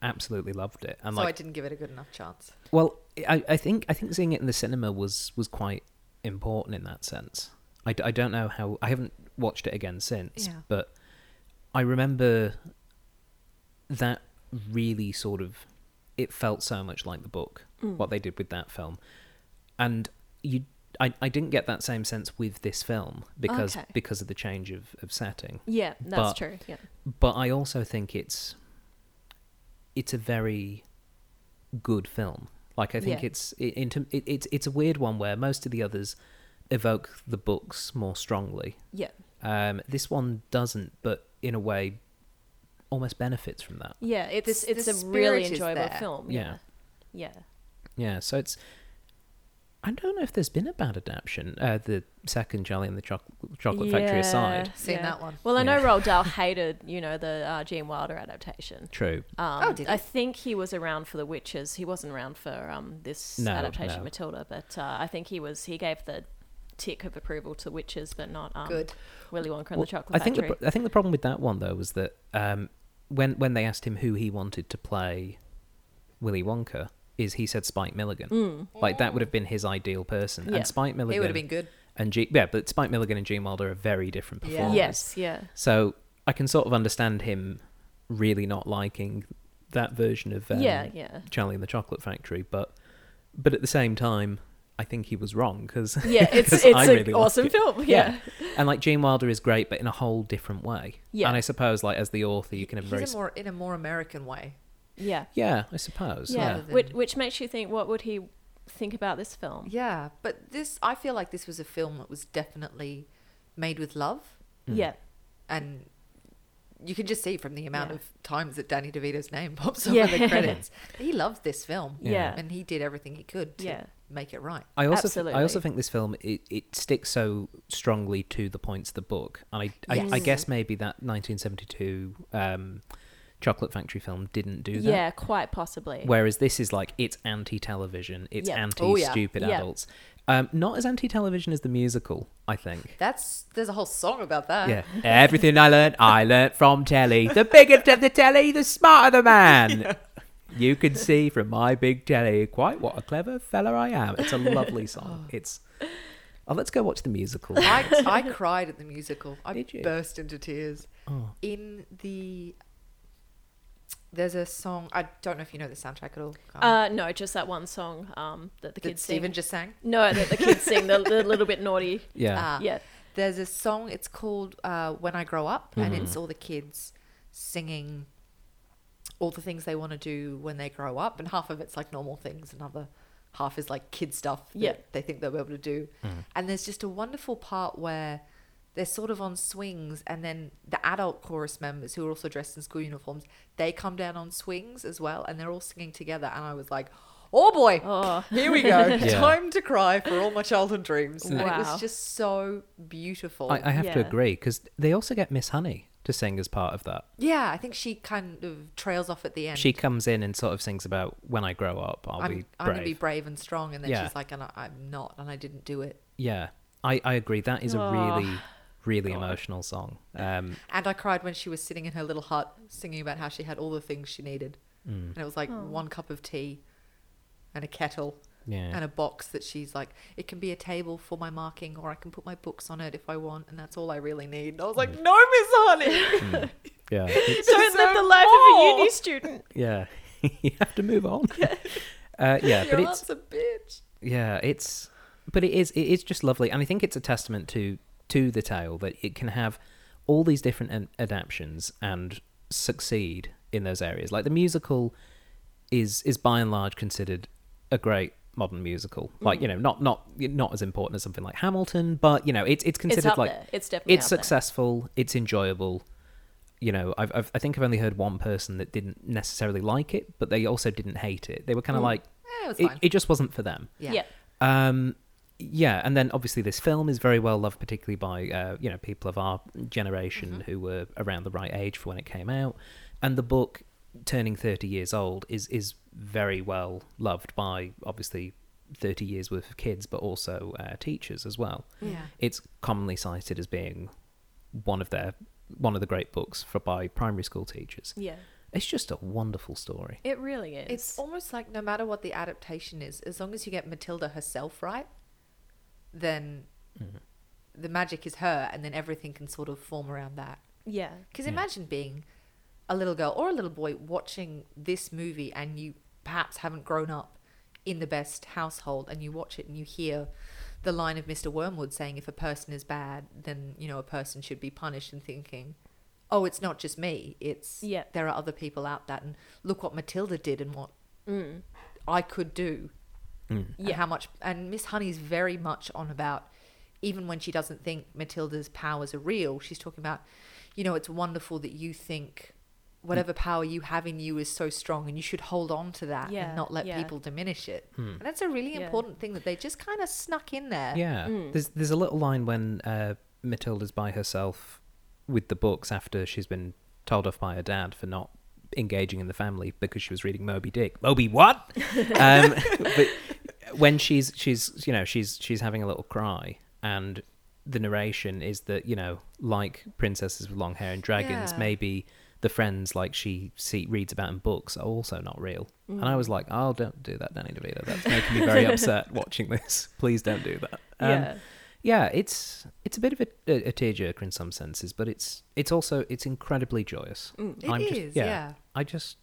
absolutely loved it, and
so
like
I didn't give it a good enough chance.
well, I, I think I think seeing it in the cinema was was quite important in that sense. I, d- I don't know how I haven't watched it again since,
Yeah.
but I remember that really sort of it felt so much like the book
Hmm.
what they did with that film, and you I, I didn't get that same sense with this film because
Okay.
because of the change of, of setting
yeah that's
But-
true yeah
but I also think it's it's a very good film. Like I think
Yeah.
it's it, in term- it, it's it's a weird one where most of the others evoke the books more strongly.
yeah
Um, this one doesn't, but in a way, almost benefits from that.
Yeah, it's
The s-
it's
the
a really
spirit is
enjoyable
there.
film.
Yeah.
yeah.
Yeah, so it's. I don't know if there's been a bad adaptation. Uh, the second Charlie and the Choc- Chocolate Factory aside,
Yeah,
Seen
yeah.
that one.
Well, I know
Yeah.
Roald Dahl hated, you know, the uh, Gene Wilder adaptation.
true.
Um,
Oh, did
I
he?
think he was around for The Witches. He wasn't around for um, this
No,
adaptation,
no.
Matilda. But uh, I think he was. He gave the tick of approval to Witches, but not um,
Good.
Willy Wonka and
Well,
the Chocolate
I think
Factory.
The, pro- I think the problem with that one though was that um, when when they asked him who he wanted to play Willy Wonka, is he said Spike Milligan. Like that would have been his ideal person,
Mm. Yeah.
and Spike Milligan
It would have been good.
and G- yeah, but Spike Milligan and Gene Wilder are very different
Yeah.
performers.
yes, yeah,
So I can sort of understand him really not liking that version of um,
yeah, yeah,
Charlie and the Chocolate Factory, but but at the same time, I think he was wrong because
yeah. It's it's
I
an
really like
awesome
it.
film. yeah.
yeah. and like Gene Wilder is great, but in a whole different way.
Yeah.
and I suppose like as the author, you can have a very
He's a more, in a more American way.
Yeah.
yeah, I suppose
Yeah.
yeah.
Rather
Which,
than-
which makes you think, what would he think about this film?
Yeah, but this I feel like this was a film that was definitely made with love,
Yeah.
and you can just see from the amount
Yeah.
of times that Danny DeVito's name pops up in
Yeah.
the credits. He loved this film,
Yeah.
and he did everything he could to
Yeah.
make it right.
I also I also
Absolutely.
think this film it, it sticks so strongly to the points of the book, and I I, I
Yes.
guess maybe that 1972 um, Chocolate Factory film didn't do that.
Yeah, quite possibly.
Whereas this is like it's anti-television, it's
Yeah.
Oh, yeah.
anti-stupid
Yeah.
adults. Um, not as anti-television as the musical, I think.
That's there's a whole song about that.
Yeah, everything I learned, I learned from telly. The bigger t- the telly, the smarter the man. You can see from my big telly quite what a clever fella I am. It's a lovely song. It's oh, let's go watch the musical.
I, I cried at the musical. I
Did you?
burst into tears.
Oh.
In the there's a song I don't know if you know the soundtrack at all. Carmen,
Uh, no, just that one song um, that the
that
kids
Stephen
sing.
just sang.
No, that the kids sing the, the little bit naughty.
Yeah,
Ah.
Yeah,
There's a song. It's called uh, "When I Grow Up," and it's all the kids singing all the things they want to do when they grow up, and half of it's like normal things, another half is like kid stuff that
Yeah.
they think they'll be able to do. And there's just a wonderful part where they're sort of on swings, and then the adult chorus members who are also dressed in school uniforms, they come down on swings as well, and they're all singing together. And I was like. Oh boy!
Oh.
Here we go.
Yeah.
Time to cry for all my childhood dreams. And it
Wow.
was just so beautiful.
I, I have to
Yeah.
agree because they also get Miss Honey to sing as part of that.
yeah, I think she kind of trails off at the end.
She comes in and sort of sings about when I grow up, I'll
I'm,
be
I'm gonna be brave and strong, and then
Yeah.
she's like, and I, I'm not, and I didn't do it,
Yeah, I, I agree. That is a
Aw.
really, really emotional song. Um,
and I cried when she was sitting in her little hut singing about how she had all the things she needed,
Mm.
and it was like one cup of tea, and a kettle.
yeah.
And a box that she's like, it can be a table for my marking, or I can put my books on it if I want, and that's all I really need. And I was like, no, Miss Honey,
Mm. yeah. It's,
don't live the life of a uni student.
yeah. you have to move on. uh, yeah,
your
but it's
aunt's a bitch.
yeah, it's but it is it is just lovely, and I think it's a testament to to the tale that it can have all these different an- adaptions and succeed in those areas. Like the musical is is by and large considered a great modern musical. Like
Mm.
you know, not not not as important as something like Hamilton, but you know, it's it's
It's
considered
up
like
there. It's definitely
it's
up there.
successful it's enjoyable you know I've, I've i think i've only heard one person that didn't necessarily like it but they also didn't hate it they were kind of like
Eh, it was
it,
fine.
it just wasn't for them
Yeah.
Yeah.
um yeah and then obviously this film is very well loved particularly by uh, you know people of our generation who were around the right age for when it came out and the book turning 30 years old is is very well loved by obviously 30 years worth of kids but also uh, teachers as well
Yeah.
it's commonly cited as being one of their one of the great books for by primary school teachers.
Yeah.
It's just a wonderful story.
It really is.
It's almost like no matter what the adaptation is, as long as you get Matilda herself right, then
Mm-hmm.
the magic is her, and then everything can sort of form around that.
yeah.
Because imagine being a little girl or a little boy watching this movie, and you perhaps haven't grown up in the best household, and you watch it and you hear the line of Mr. Wormwood saying, "If a person is bad, then you know a person should be punished," and thinking. Oh, it's not just me. It's
Yeah.
there are other people out that, and look what Matilda did and what
Um,
Mm.
I could do.
Mm.
and
Yeah.
How much and Miss Honey's very much on about even when she doesn't think Matilda's powers are real, she's talking about, you know, it's wonderful that you think
Mm.
whatever power you have in you is so strong and you should hold on to that
Yeah,
and not let
yeah.
people diminish it. And that's a really
Yeah.
important thing that they just kind of snuck in there.
Hmm. Yeah. There's there's a little line when uh, Matilda's by herself with the books after she's been told off by her dad for not engaging in the family because she was reading Moby Dick. Moby what? um, but when she's she's you know she's she's having a little cry and the narration is that you know like princesses with long hair and dragons
Yeah.
maybe the friends like she see, reads about in books are also not real and i was like oh don't do that danny devito that's making me very upset watching this please don't do that Um,
Yeah.
yeah, it's it's a bit of a, a, a tearjerker in some senses, but it's it's also it's incredibly joyous.
Mm, It is, yeah.
I just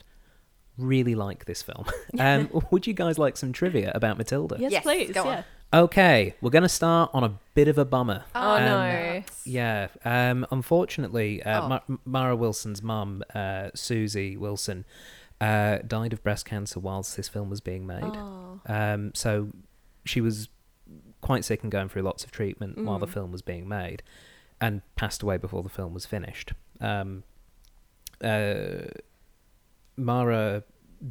really like this film. um, would you guys like some trivia about Matilda?
Yes,
Yes,
please.
go on.
yeah.
Okay, we're going to start on a bit of a bummer.
Oh,
Um,
no.
Yeah, um, unfortunately, uh,
Oh.
Ma- Mara Wilson's mum, uh, Susie Wilson, uh, died of breast cancer whilst this film was being made.
Oh.
Um, so she was quite sick and going through lots of treatment while the film was being made and passed away before the film was finished. Um, uh, Mara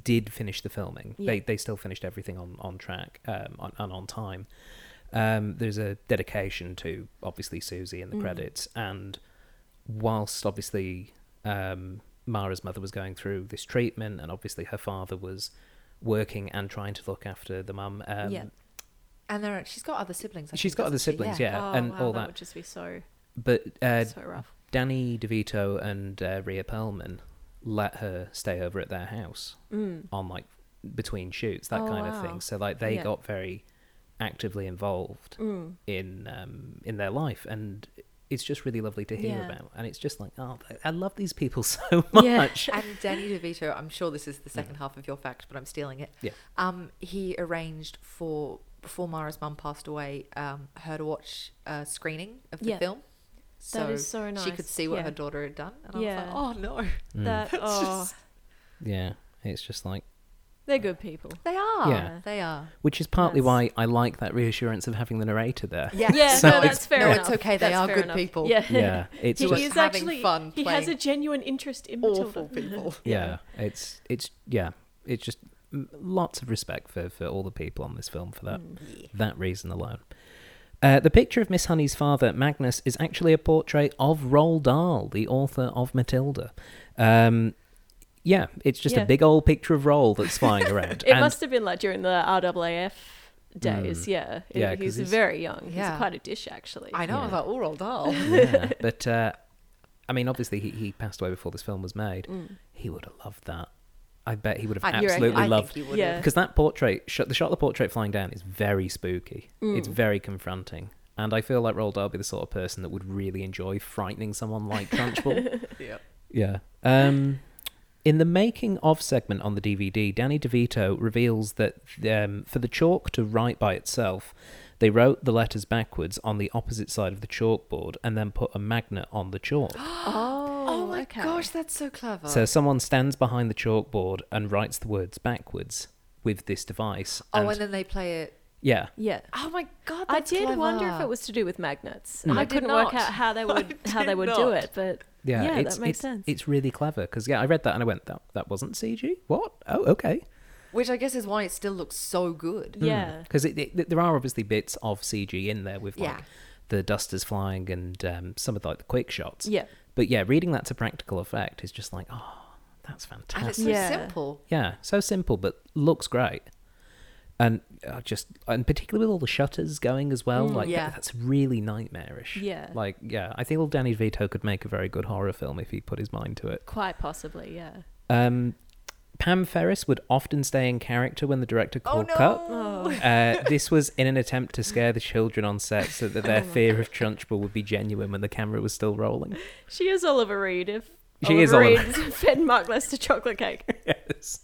did finish the filming. They,
Yeah.
they still finished everything on, on track um, on, and on time. Um, there's a dedication to obviously Susie in the credits, and whilst obviously um, Mara's mother was going through this treatment, and obviously her father was working and trying to look after the mum. Um,
Yeah.
And there, are, she's got other siblings. I
She's
think,
got other
doesn't she?
siblings, yeah,
Oh,
and
wow,
all
that.
that.
would just be so,
But uh,
so rough.
Danny DeVito and uh, Rhea Perlman let her stay over at their house on like between shoots, that
Mm. Oh,
kind of
wow.
thing. So like they
Yeah. Mm.
got very actively involved in um, in their life, and it's just really lovely to hear
Yeah.
about. And it's just like, oh, I- I love these people so much.
Yeah.
And Danny DeVito, I'm sure this is the second half of your fact, but I'm stealing it.
Mm. Yeah.
Um, he arranged for before Mara's mum passed away, um, her to watch a screening of the
Yeah.
film. So
is so
She could
nice,
see what
yeah.
her daughter had done, and
Yeah.
I was like, "Oh no,
Mm.
That, oh,
just-
Yeah, it's just like,
they're good people.
they are,
Yeah.
they are."
which is partly
That's-
why I like that reassurance of having the narrator there.
Yes.
Yeah,
So
no,
it's-
that's fair
no,
enough.
it's okay, they
That's
are
fair
good
enough.
people.
Yeah,
Yeah, it's
he
just-
is
having
actually
fun
He has a
playing
genuine interest in Matilda.
Awful people.
yeah it's it's yeah it's just m- lots of respect for for all the people on this film for that
Mm.
that reason alone uh, the picture of Miss Honey's father, Magnus, is actually a portrait of Roald Dahl, the author of Matilda. Um, yeah, it's just
Yeah.
a big old picture of Roald that's flying around.
It
And-
must have been like during the RAAF days. Yeah, He-
Yeah, 'cause
he's
he's-
very young.
Yeah.
He's quite a dish actually.
I know. I was like, "Oh, Roald Dahl."
yeah, but uh, I mean, obviously, he, he passed away before this film was made. He would have loved that. I bet he would have
I- you're-
absolutely
I think
loved
he would
Yeah.
have.
because that portrait shot the shot of the portrait flying down is very spooky
Mm.
it's very confronting and i feel like roald dahl would be the sort of person that would really enjoy frightening someone like trunchbull
Yep.
yeah um in the making of segment on the dvd danny devito reveals that um, for the chalk to write by itself they wrote the letters backwards on the opposite side of the chalkboard and then put a magnet on the chalk
oh,
Oh my
okay.
gosh, that's so clever.
so someone stands behind the chalkboard and writes the words backwards with this device
oh, and,
and-
then they play it.
yeah
Yeah.
Oh my god,
I
that's
did wonder if
clever.
it was to do with magnets.
I
I,
did
couldn't work
not.
out how they would how
did
they would do
not.
it, but
Yeah,
yeah,
it's,
that makes
it's,
sense.
It's really clever because yeah, I read that and I went, that that wasn't CG. What? Oh, okay.
Which I guess is why it still looks so
hmm.
good.
yeah.
Because it, it, there are obviously bits of CG in there with like
Yeah.
the dusters flying and um, some of like the quick shots.
Yeah.
But yeah, reading that to practical effect is just like, oh, that's fantastic.
And it's so
Yeah.
simple.
Yeah, so simple but looks great. And uh, just and particularly with all the shutters going as well, like
Yeah.
that- that's really nightmarish.
Mm, Yeah.
Like yeah, I think old Danny DeVito could make a very good horror film if he put his mind to it.
Quite possibly, yeah.
Um, Pam Ferris would often stay in character when the director
Oh
called
no.
cut.
Oh.
Uh, this was in an attempt to scare the children on set so that their fear of Trunchbull would be genuine when the camera was still rolling.
She is Oliver Reed if
She is
Oliver
Oliver-
Reed fed Markless to chocolate cake.
Yes.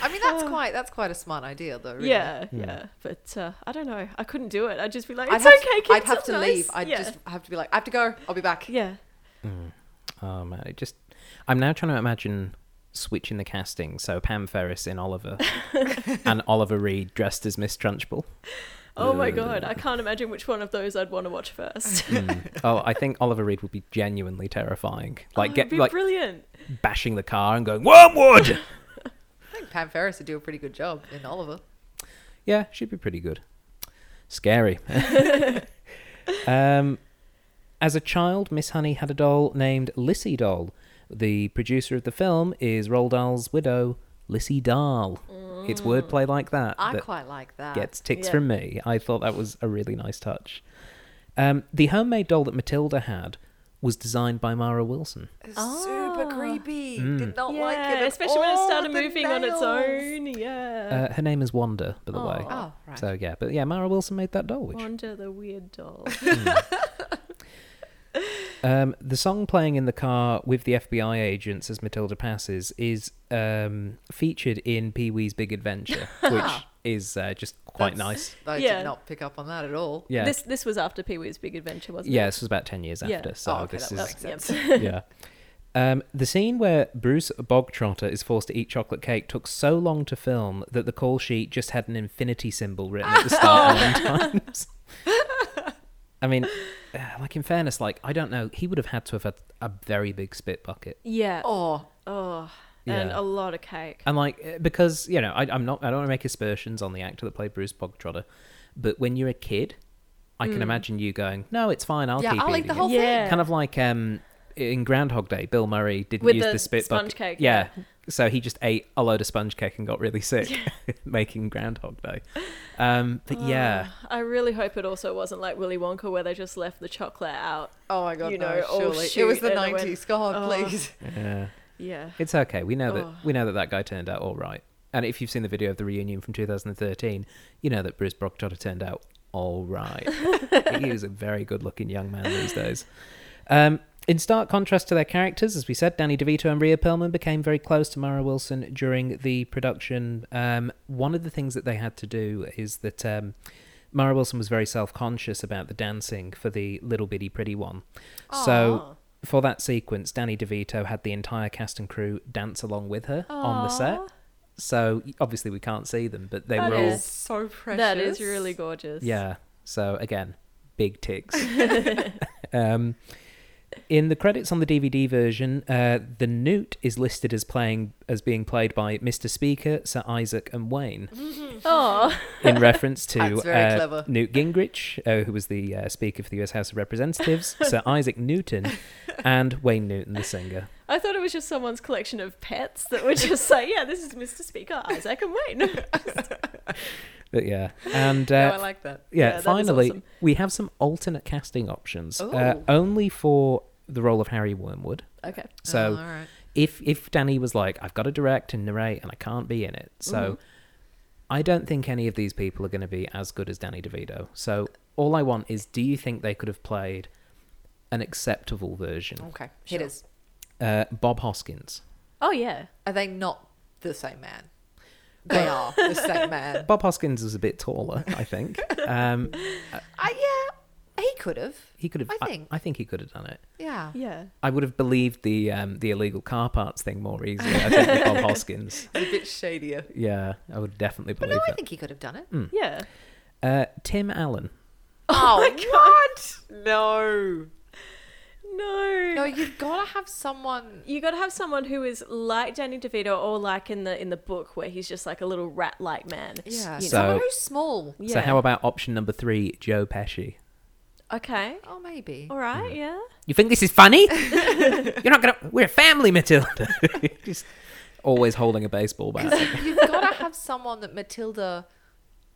I mean, that's quite that's quite a smart idea, though. Really.
Yeah,
Hmm.
yeah. But uh, I don't know. I couldn't do it. I'd just be like,
I'd
it's
have
okay,
to,
kids.
I'd have
it's
to
nice.
leave. I'd
yeah.
just have to be like, I have to go. I'll be back.
Yeah.
Oh man, it just I'm now trying to imagine switching the casting. So Pam Ferris in Oliver and Oliver Reed dressed as Miss Trunchbull.
Oh my god, I can't imagine which one of those I'd want to watch first.
Oh, I think Oliver Reed would be genuinely terrifying. Like
It'd
get
be
like
brilliant.
bashing the car and going wormwood.
I think Pam Ferris would do a pretty good job in Oliver.
yeah, should be pretty good. Scary. um, as a child, Miss Honey had a doll named Lissy Doll. The producer of the film is Roald Dahl's widow, Lissy Dahl. It's wordplay like that.
Mm. I
that-
quite like that.
gets ticks
Yeah.
from me. I thought that was a really nice touch. Um, the homemade doll that Matilda had was designed by Mara Wilson.
It's super
Ah.
creepy.
Mm.
Did not
yeah,
like it. at
especially when it
all
started
with the
moving on its
nails.
own. Yeah.
Uh, her name is Wanda, by the way.
Oh, right.
So yeah, but yeah, Mara Wilson made that doll. Which
Wanda the weird doll.
um, the song playing in the car with the FBI agents as Matilda passes is um, featured in Pee Wee's Big Adventure, which is uh, just quite
That's-
nice.
I
Yeah.
did not pick up on that at all.
Yeah,
This this was after Pee Wee's Big Adventure, wasn't
yeah.
it?
This was about ten years
Yeah.
after, so
oh, okay,
this
that
is
makes sense.
yeah. Um, the scene where Bruce Bogtrotter is forced to eat chocolate cake took so long to film that the call sheet just had an infinity symbol written at the start and end times. I mean, uh, like in fairness, like I don't know, he would have had to have had a very big spit bucket,
Yeah. Oh,
Oh,
and
Yeah.
a lot of cake.
and like uh, because you know I, I'm not, I don't want to make aspersions on the actor that played Bruce Bogtrotter, but when you're a kid, I can imagine you going, "No, it's fine, I'll
yeah,
keep
I'll
eating
eat the
it."
whole
Yeah.
kind of like um in Groundhog Day, Bill Murray didn't
With
use the,
the
spit
sponge
bucket.
cake,
Yeah. So he just ate a load of sponge cake and got really sick making Groundhog Day. Um, but yeah,
Oh, I really hope it also wasn't like Willy Wonka where they just left the chocolate out.
thing. Oh my god,
You
no,
know, oh,
surely it
shoot,
was the
and I went,
nineties. God,
oh.
please.
yeah,
Yeah.
it's okay. We know that
Oh.
we know that that guy turned out all right. And if you've seen the video of the reunion from 2013, you know that Bruce Brocktotter turned out all right. he was a very good-looking young man these days. Um, in stark contrast to their characters, as we said, Danny DeVito and Rhea Perlman became very close to Mara Wilson during the production. Um, one of the things that they had to do is that um, Mara Wilson was very self conscious about the dancing for the Little Bitty Pretty one. So, for that sequence, Danny DeVito had the entire cast and crew dance along with her on the set. So, obviously, we can't see them, but they
That
were
is
all.
It's so precious.
That is really gorgeous.
Yeah. So again, big ticks. um, in the credits on the DVD version, uh, the newt is listed as playing as being played by Mr. Speaker, Sir Isaac, and Wayne,
Oh.
in reference to
That's very
uh,
clever.
Newt Gingrich, uh, who was the uh, Speaker for the U.S. House of Representatives, Sir Isaac Newton, and Wayne Newton, the singer.
I thought it was just someone's collection of pets that were just like, yeah, this is Mr. Speaker, Isaac and Wayne.
But yeah, and uh,
No, Oh, I like that.
yeah,
Yeah, that is
finally,
awesome.
we have some alternate casting options, uh, only for the role of Harry Wormwood.
okay.
So
oh, all right.
if if Danny was like, I've got to direct and narrate and I can't be in it, so
Mm-hmm.
I don't think any of these people are going to be as good as Danny DeVito. So all I want is, do you think they could have played an acceptable version?
Okay, hit us. Oh.
Uh, Bob Hoskins.
Oh, yeah.
Are they not the same man? They are the same man.
Bob Hoskins was a bit taller, I think. um,
I, Uh, yeah, he could have.
he could have.
I think.
I, think he could have done it.
Yeah.
Yeah.
I would have believed the um, the illegal car parts thing more easily. I think with Bob Hoskins.
He's a bit shadier.
Yeah, I would definitely
But
believe
no, I
that.
think he could have done it.
Mm. Hmm.
Yeah.
Uh, Tim Allen.
Oh, my god! No.
No.
No, you've got to have someone.
you got to have someone who is like Danny DeVito or like in the in the book where he's just like a little rat-like man.
Yeah,
So-
someone who's small.
So
Yeah.
how about option number three, Joe Pesci?
Okay.
Oh, maybe.
All
Mm-hmm.
right, yeah.
You think this is funny? You're not gonna. We're a family, Matilda. Just always holding a baseball bat.
You've got to have someone that Matilda,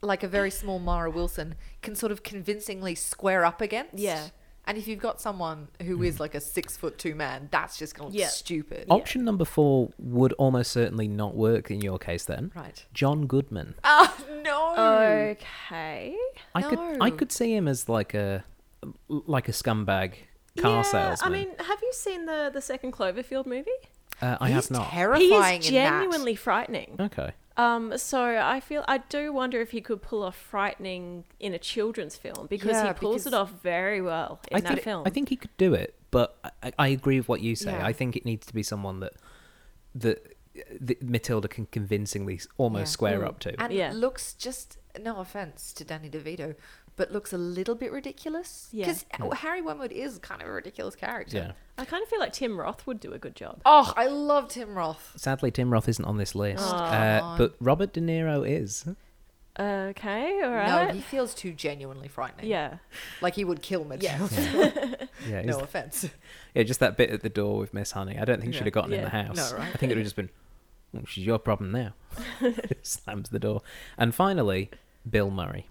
like a very small Mara Wilson, can sort of convincingly square up against.
Yeah.
And if you've got someone who is like a six foot two man, that's just going to
Yeah.
stupid.
Option number four would almost certainly not work in your case. Then
Right.
John Goodman.
Oh, no.
Oh.
Okay.
I could I
No.
could see him as like a like a scumbag car
yeah,
salesman.
I mean, have you seen the the second Cloverfield movie?
uh, I
He's
have not.
terrifying
he is
in that.
genuinely frightening.
okay.
Um, so I feel I do wonder if he could pull off frightening in a children's film because
Yeah,
he pulls
because-
it off very well in
I
that
think
film.
I think he could do it, but I- I, I agree with what you say.
Yeah.
I think it needs to be someone that that, that Matilda can convincingly s- almost
Yeah. Mm.
square up to.
And
Yeah.
looks just, no offense to Danny DeVito, but looks a little bit ridiculous.
Yeah.
Because Harry Wormwood is kind of a ridiculous character.
Yeah.
I kind of feel like Tim Roth would do a good job.
Oh, I love Tim Roth.
Sadly, Tim Roth isn't on this list,
Oh, come
uh,
on.
but Robert De Niro is.
Okay, all
No,
right.
he feels too genuinely frightening.
yeah.
Like he would kill Matilda.
Yeah, he's-
no offense.
yeah, just that bit at the door with Miss Honey. I don't think she'd
Yeah.
have gotten in
Yeah.
the house.
No, right.
I think it would have just been, "Well, she's your problem now. Slams the door, and finally, Bill Murray.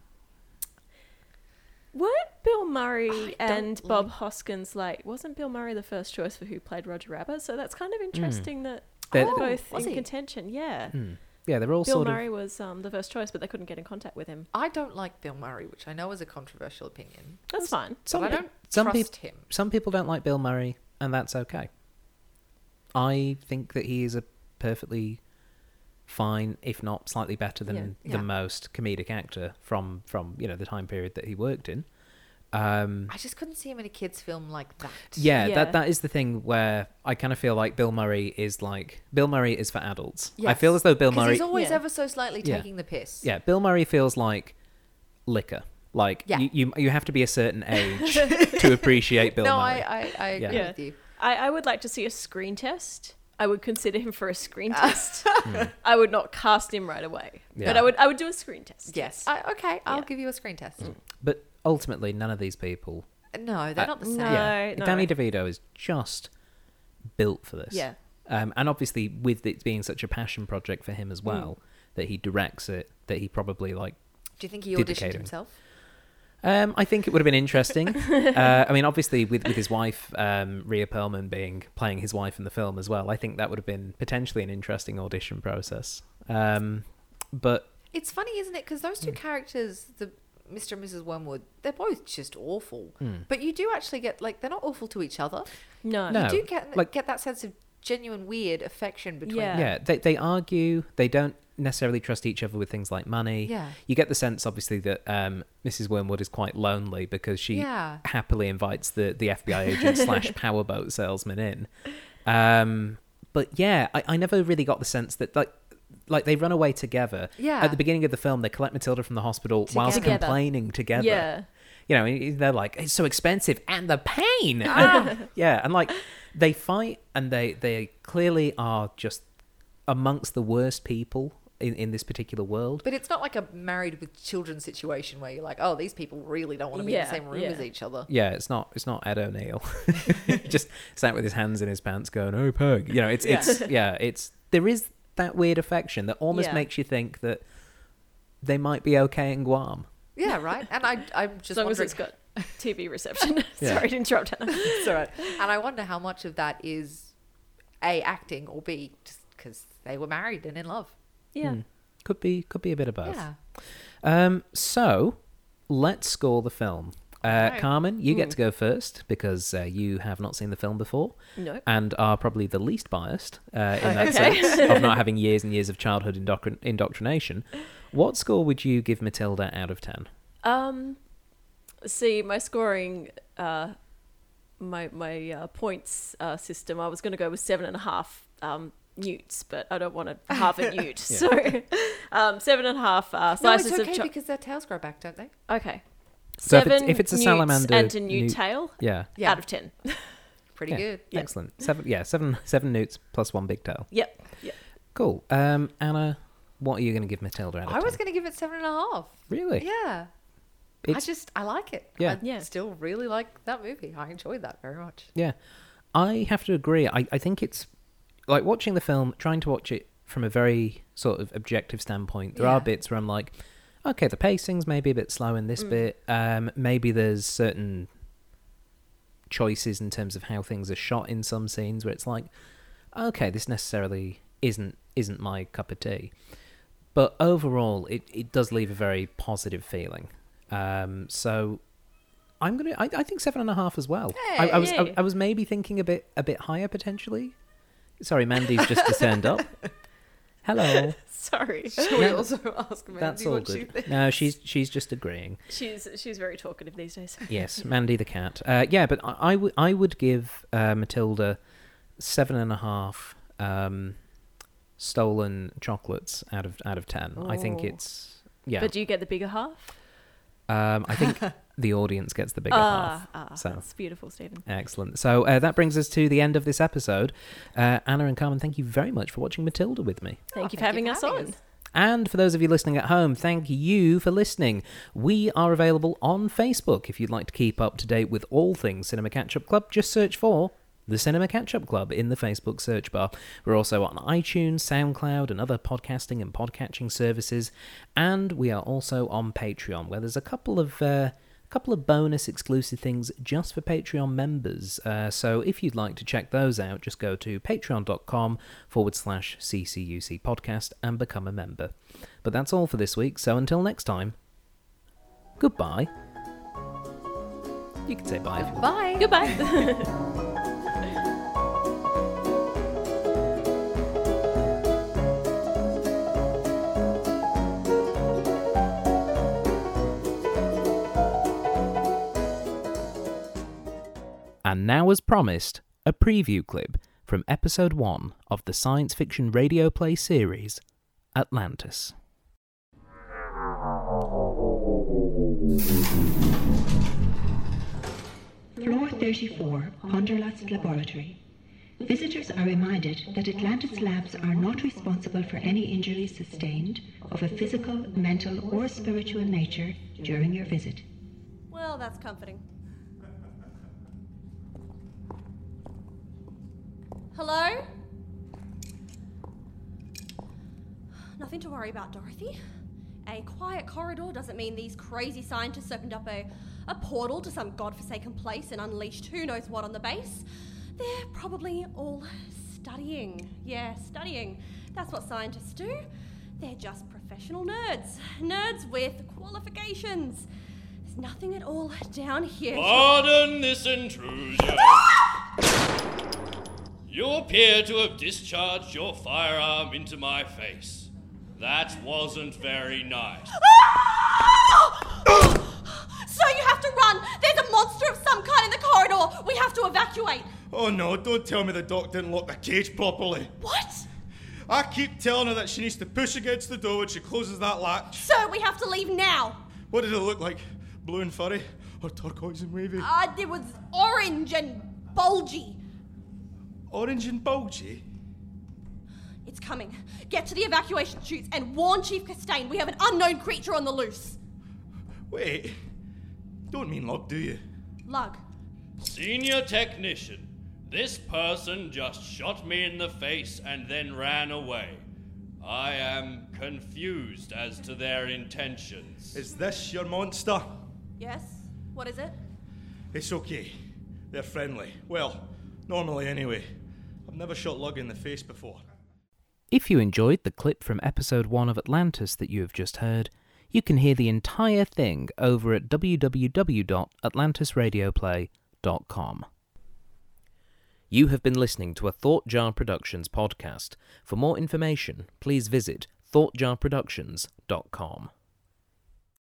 Weren't Bill Murray
I don't
and Bob
like-
Hoskins like wasn't Bill Murray the first choice for who played Roger Rabbit? So that's kind of interesting that
They're-
they're both
was
in
he?
contention. Yeah,
Yeah, they're all
Bill
sort
Murray was um, the first choice, but they couldn't get in contact with him.
I don't like Bill Murray, which I know is a controversial opinion.
That's fine.
of some
but I
pe-
don't
some peop-
trust him.
some people don't like Bill Murray, and that's okay. I think that he is a perfectly fine, if not slightly better than the
Yeah.
most comedic actor from from you know the time period that he worked in. Um,
I just couldn't see him in a kids' film like that.
yeah,
Yeah.
that that is the thing where I kind of feel like Bill Murray is like Bill Murray is for adults. I feel
Yes.
as though Bill
'Cause
Murray,
he's always
Yeah.
ever so slightly
Yeah.
taking the piss.
yeah, Bill Murray feels like liquor. Like
Yeah.
you, you, you have to be a certain age to appreciate Bill
no,
Murray.
I, I, I agree
Yeah.
with you.
I, I would like to see a screen test. I would consider him for a
Uh,
screen test.
Hmm.
I would not cast him right away, but
Yeah.
I would I would do a screen test.
Yes. Mm. I, okay, I'll
Yeah.
give you a screen test.
But ultimately, none of these people
No, they're
Uh,
not the same.
no.
yeah.
no.
Danny DeVito is just built for this.
Yeah.
Um, and obviously, with it being such a passion project for
Mm.
him as well, that he directs it, that he probably like.
Do you think he auditioned
Dedicated.
himself?
Um, I think it would have been interesting. uh, I mean, obviously, with, with his wife, um, Rhea Perlman, being playing his wife in the film as well, I think that would have been potentially an interesting audition process. Um, but
It's funny, isn't it? Because those
Mm.
two characters, the Mr. and Mrs. Wormwood, they're both just awful.
Mm.
But you do actually get like they're not awful to each other.
No.
No.
Uh, You do get
like-
get that sense of genuine weird affection between.
Yeah.
them.
yeah, they, they argue. They don't necessarily trust each other with things like money.
Yeah.
You get the sense, obviously, that um, Mrs. Wormwood is quite lonely because she
Yeah.
happily invites the, the FBI agent slash powerboat salesman in. Um, but yeah, I, I never really got the sense that, like, like they run away together.
Yeah.
At the beginning of the film, they collect Matilda from the hospital whilst
Together.
complaining together.
Yeah.
You know, and they're like, it's so expensive and the pain.
Ah.
And- yeah. And like they fight and they, they clearly are just amongst the worst people in, in this particular world.
But it's not like a married with children situation where you're like, oh, these people really don't want to be in
Yeah,
the same room
yeah.
as each other.
Yeah, it's not it's not Ed O'Neill. just sat with his hands in his pants going, Oh Peg. You know, it's
Yeah.
it's yeah, it's there is that weird affection that almost
Yeah.
makes you think that they might be okay in Guam.
Yeah, right. And I, I'm just
As long as
wondering,
it's got TV reception.
Yeah. Hmm.
Sorry to interrupt. Hannah.
it's all right. And I wonder how much of that is a acting or b just because they were married and in love.
Yeah.
Could be could be a bit of both.
Yeah.
Um so let's score the film. Uh,
Okay.
Carmen, you get to go first because uh, you have not seen the film before
Nope.
and are probably the least biased uh, in
Oh,
that
Okay.
sense of not having years and years of childhood indoctrin- indoctrination. What score would you give Matilda out of 10?
Um, see, my scoring, uh, my my uh, points uh, system. I was going to go with seven and a half um, newts, but I don't want to half a newt, so um, seven and a half uh,
No, it's
slices
okay
of cho-
because their tails grow back, don't they?
okay.
So if
seven
it's- if it's a
newts
salamander
and a new
newt-
tail
Yeah.
Yeah.
out of ten.
Pretty
Yeah,
good.
Excellent. Seven. Yeah, seven. Seven newts plus one big tail.
Yep. Yep.
Cool. Um, Anna, what are you going to give Matilda? Out of
I was
10?
going to give it seven and a half.
Really?
Yeah.
It's-
I just, I like it.
Yeah.
I
Yeah.
still really like that movie. I enjoyed that very much.
Yeah. I have to agree. I, I think it's like watching the film, trying to watch it from a very sort of objective standpoint. There
Yeah.
are bits where I'm like, okay, the pacing's maybe a bit slow in this bit. Um, maybe there's certain choices in terms of how things are shot in some scenes where it's like, okay, this necessarily isn't isn't my cup of tea. But overall, it, it does leave a very positive feeling. Um, so I'm gonna. I, I think seven and a half as well. I, I was. I,
Hey.
I was maybe thinking a bit a bit higher potentially. Sorry, Mandy's just turned up. Hello.
Sorry.
Should we also ask Mandy
That's all
what she
good.
thinks?
No, she's she's just agreeing.
She's she's very talkative these days.
Yes, Mandy the cat. Uh, yeah, but I, I would I would give uh, Matilda seven and a half um, stolen chocolates out of out of ten. I think
Ooh.
it's yeah.
Oh. But do you get the bigger half?
Um, I think the audience gets the bigger
Ah,
half.
ah,
So
that's beautiful, Stephen.
excellent. So uh, that brings us to the end of this episode. Uh, Anna and Carmen, thank you very much for watching Matilda with me.
Thank you
thank
for having us on.
And for those of you listening at home, thank you for listening. We are available on Facebook. If you'd like to keep up to date with all things Cinema Catch Up Club, just search for the Cinema Catch Up Club in the Facebook search bar. We're also on iTunes, SoundCloud, and other podcasting and podcatching services. And we are also on Patreon, where there's a couple of. Uh, couple of bonus exclusive things just for Patreon members. Uh, so if you'd like to check those out, just go to patreon.com forward slash CCUC podcast and become a member. But that's all for this week. So until next time, goodbye. You can say bye if you want.
Bye.
Goodbye.
And now, as promised, a preview clip from episode one of the science fiction radio play series, Atlantis.
Floor 34, Honderlust Laboratory. Visitors are reminded that Atlantis Labs are not responsible for any injuries sustained of a physical, mental, or spiritual nature during your visit.
Well, that's comforting.
Hello? Nothing to worry about, Dorothy. A quiet corridor doesn't mean these crazy scientists opened up a, a portal to some godforsaken place and unleashed who knows what on the base. They're probably all studying. Yeah, studying. That's what scientists do. They're just professional nerds. Nerds with qualifications. There's nothing at all down here.
Oh, Pardon this intrusion. You appear to have discharged your firearm into my face. That wasn't very nice.
So you have to run! There's a monster of some kind in the corridor! We have to evacuate!
Oh no, don't tell me the doc didn't lock the cage properly.
What?
I keep telling her that she needs to push against the door when she closes that latch.
So we have to leave now!
What did it look like? Blue and furry? Or turquoise and wavy?
Uh, there was orange and bulgy.
Orange and bulgy?
It's coming. Get to the evacuation chutes and warn Chief Castaigne we have an unknown creature on the loose.
Wait, don't mean luck, do you?
Lug.
Senior technician, this person just shot me in the face and then ran away. I am confused as to their intentions.
Is this your monster?
Yes? What is it?
It's okay. They're friendly. Well, normally anyway. I've never shot Lug in the face before.
If you enjoyed the clip from episode 1 of Atlantis that you have just heard, you can hear the entire thing over at www.atlantisradioplay.com. You have been listening to a Thought Jar Productions podcast. For more information, please visit thoughtjarproductions.com.